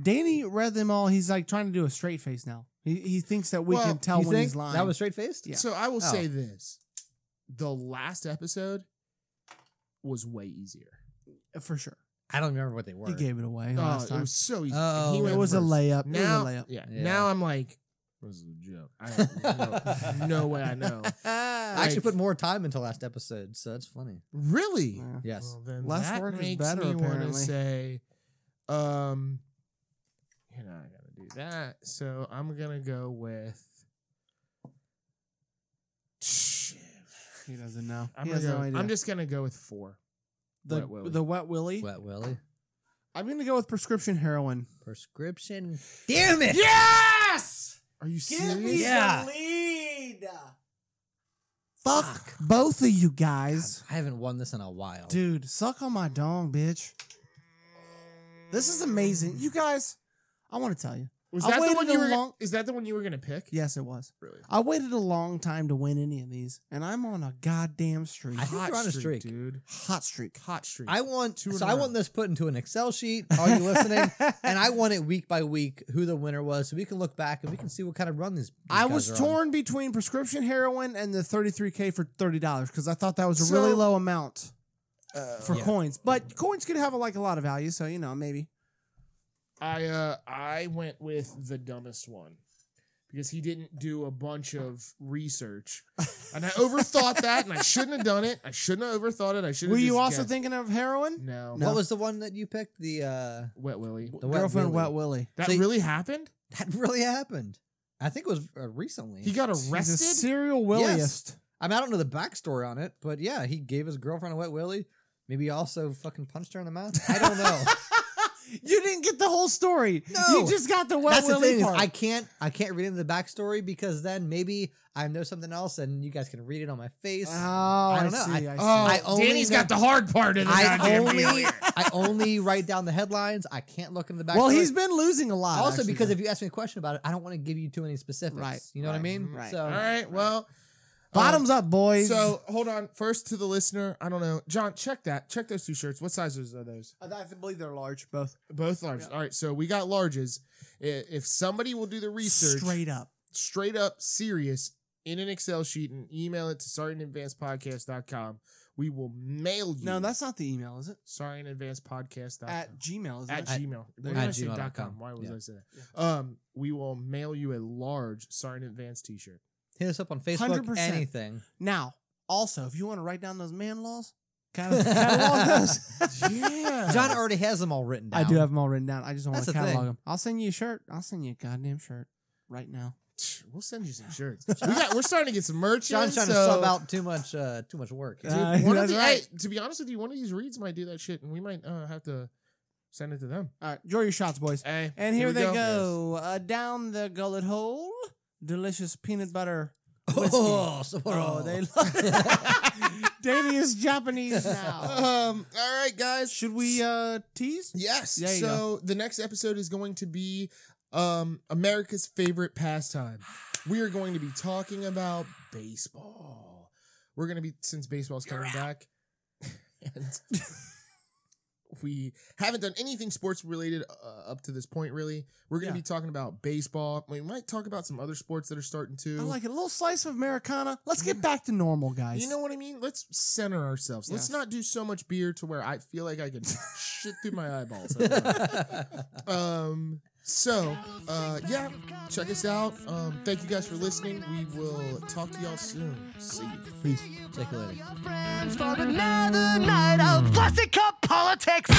Danny read them all. He's like trying to do a straight face now. He, he thinks that we Well, can tell you when think he's lying. That was straight faced. Yeah. So I will Oh. say this: the last episode was way easier. for sure. I don't remember what they were. He gave it away Oh, last it time. was so easy. Oh, And It he was, went a first. layup. Now, it was a layup. Yeah, Yeah. Now I'm like, this is a joke. I don't know, no way I know. ah. I actually put more time into last episode, so that's funny. Really? Yeah. Yes. Well, then Less that work is makes better, me want to apparently. say, um, you know, I gotta do that. So I'm gonna go with. Shit. He doesn't know. I'm, he gonna has go, no idea. I'm just gonna go with four. the Wet Willy. the wet willy. wet willy. I'm gonna go with prescription heroin. Prescription. Damn it! Yes. Are you Give serious? me Yeah. the lead. Fuck, Fuck. both of you guys. I haven't won this in a while. Dude, suck on my dong, bitch. This is amazing. You guys, I want to tell you. Was I that the waited one a you were? long- is that the one you were gonna pick? Yes, it was. Really? I waited a long time to win any of these, and I'm on a goddamn streak. I think you're on a streak. dude. Hot streak. Hot streak. I want Two in so a I row. want this put into an Excel sheet. Are you listening? and I want it week by week who the winner was, so we can look back and we can see what kind of run these. these I guys was are on. torn between prescription heroin and the 33K for $30 because I thought that was a So- really low amount Uh, for Yeah. coins. But coins could have like a lot of value, so you know, maybe. I uh I went with the dumbest one because he didn't do a bunch of research, and I overthought that, and I shouldn't have done it. I shouldn't have overthought it. I should. Were you also thinking of heroin? No, No. What was the one that you picked? The uh Wet Willy. The Wet Girlfriend Willy. Wet Willy. That So you- really happened. that really happened. I think it was uh, recently. He got He's a arrested. serial williest. I mean, I don't know the backstory on it, but yeah, he gave his girlfriend a wet willy. Maybe he also fucking punched her in the mouth. I don't know. you didn't get the whole story. No. You just got the wet That's the willy thing. Is part. I can't. I can't read into the backstory because then maybe I know something else, and you guys can read it on my face. oh, I I, don't know. see. I, Uh, Oh, see. I only Danny's know- got the hard part of the I goddamn only. deal. I only write down the headlines. I can't look into the backstory. well, he's been losing a lot. also actually, because though. if you ask me a question about it, I don't want to give you too many specifics. Right, You know what I right, mean? right. So All right. Well, um, bottoms up, boys. So hold on. First to the listener, I don't know. John, check that. Check those two shirts. What sizes are those? I, I believe they're large, both Both large. Yeah. All right. So we got larges. I- If somebody will do the research, straight, straight up. up, serious, in an Excel sheet and email it to sorryinadvancepodcast.com, we will mail you. No, that's not the email, is it? sorryinadvancepodcast.com. At Gmail, is At it? Gmail. Why at did I say gmail.com? dot com? Why was Yeah. I say that? Um, we will mail you a large Sorry in Advance t shirt. hit us up on Facebook. 100%. Anything. now, also, if you want to write down those man laws, kind of catalog those. Yeah. John already has them all written down. I do have them all written down. I just don't want That's to the catalog thing. them. I'll send you a shirt. I'll send you a goddamn shirt right now. We'll send you some shirts. we got, we're starting to get some merch. John's in, trying so- to sub out too much. Uh, too much work. Dude, Uh, one of that's the, right. hey, to be honest with you, one of these reads might do that shit, and we might uh, have to send it to them. All right, draw your shots, boys. Hey, And here, we they go. Uh, down the gullet hole. Delicious peanut butter. Whiskey. Oh, so- Oh, they love Danny is Japanese now. Um. All right, guys. Should we uh tease? Yes. There you so the next episode is going to be um America's favorite pastime. We are going to be talking about baseball. We're going to be since baseball's coming back, and we haven't done anything sports related uh, up to this point. Really, we're going to Yeah. be talking about baseball. We might talk about some other sports that are starting to. I like it. A little slice of Americana. Let's get back to normal, guys. You know what I mean? Let's center ourselves. Let's Yes. not do so much beer to where I feel like I can shit through my eyeballs. um. So, uh, yeah, check us out. Um, thank you guys for listening. We will talk to y'all soon. See you. Peace. Take it later. Friends for another night of plastic cup politics.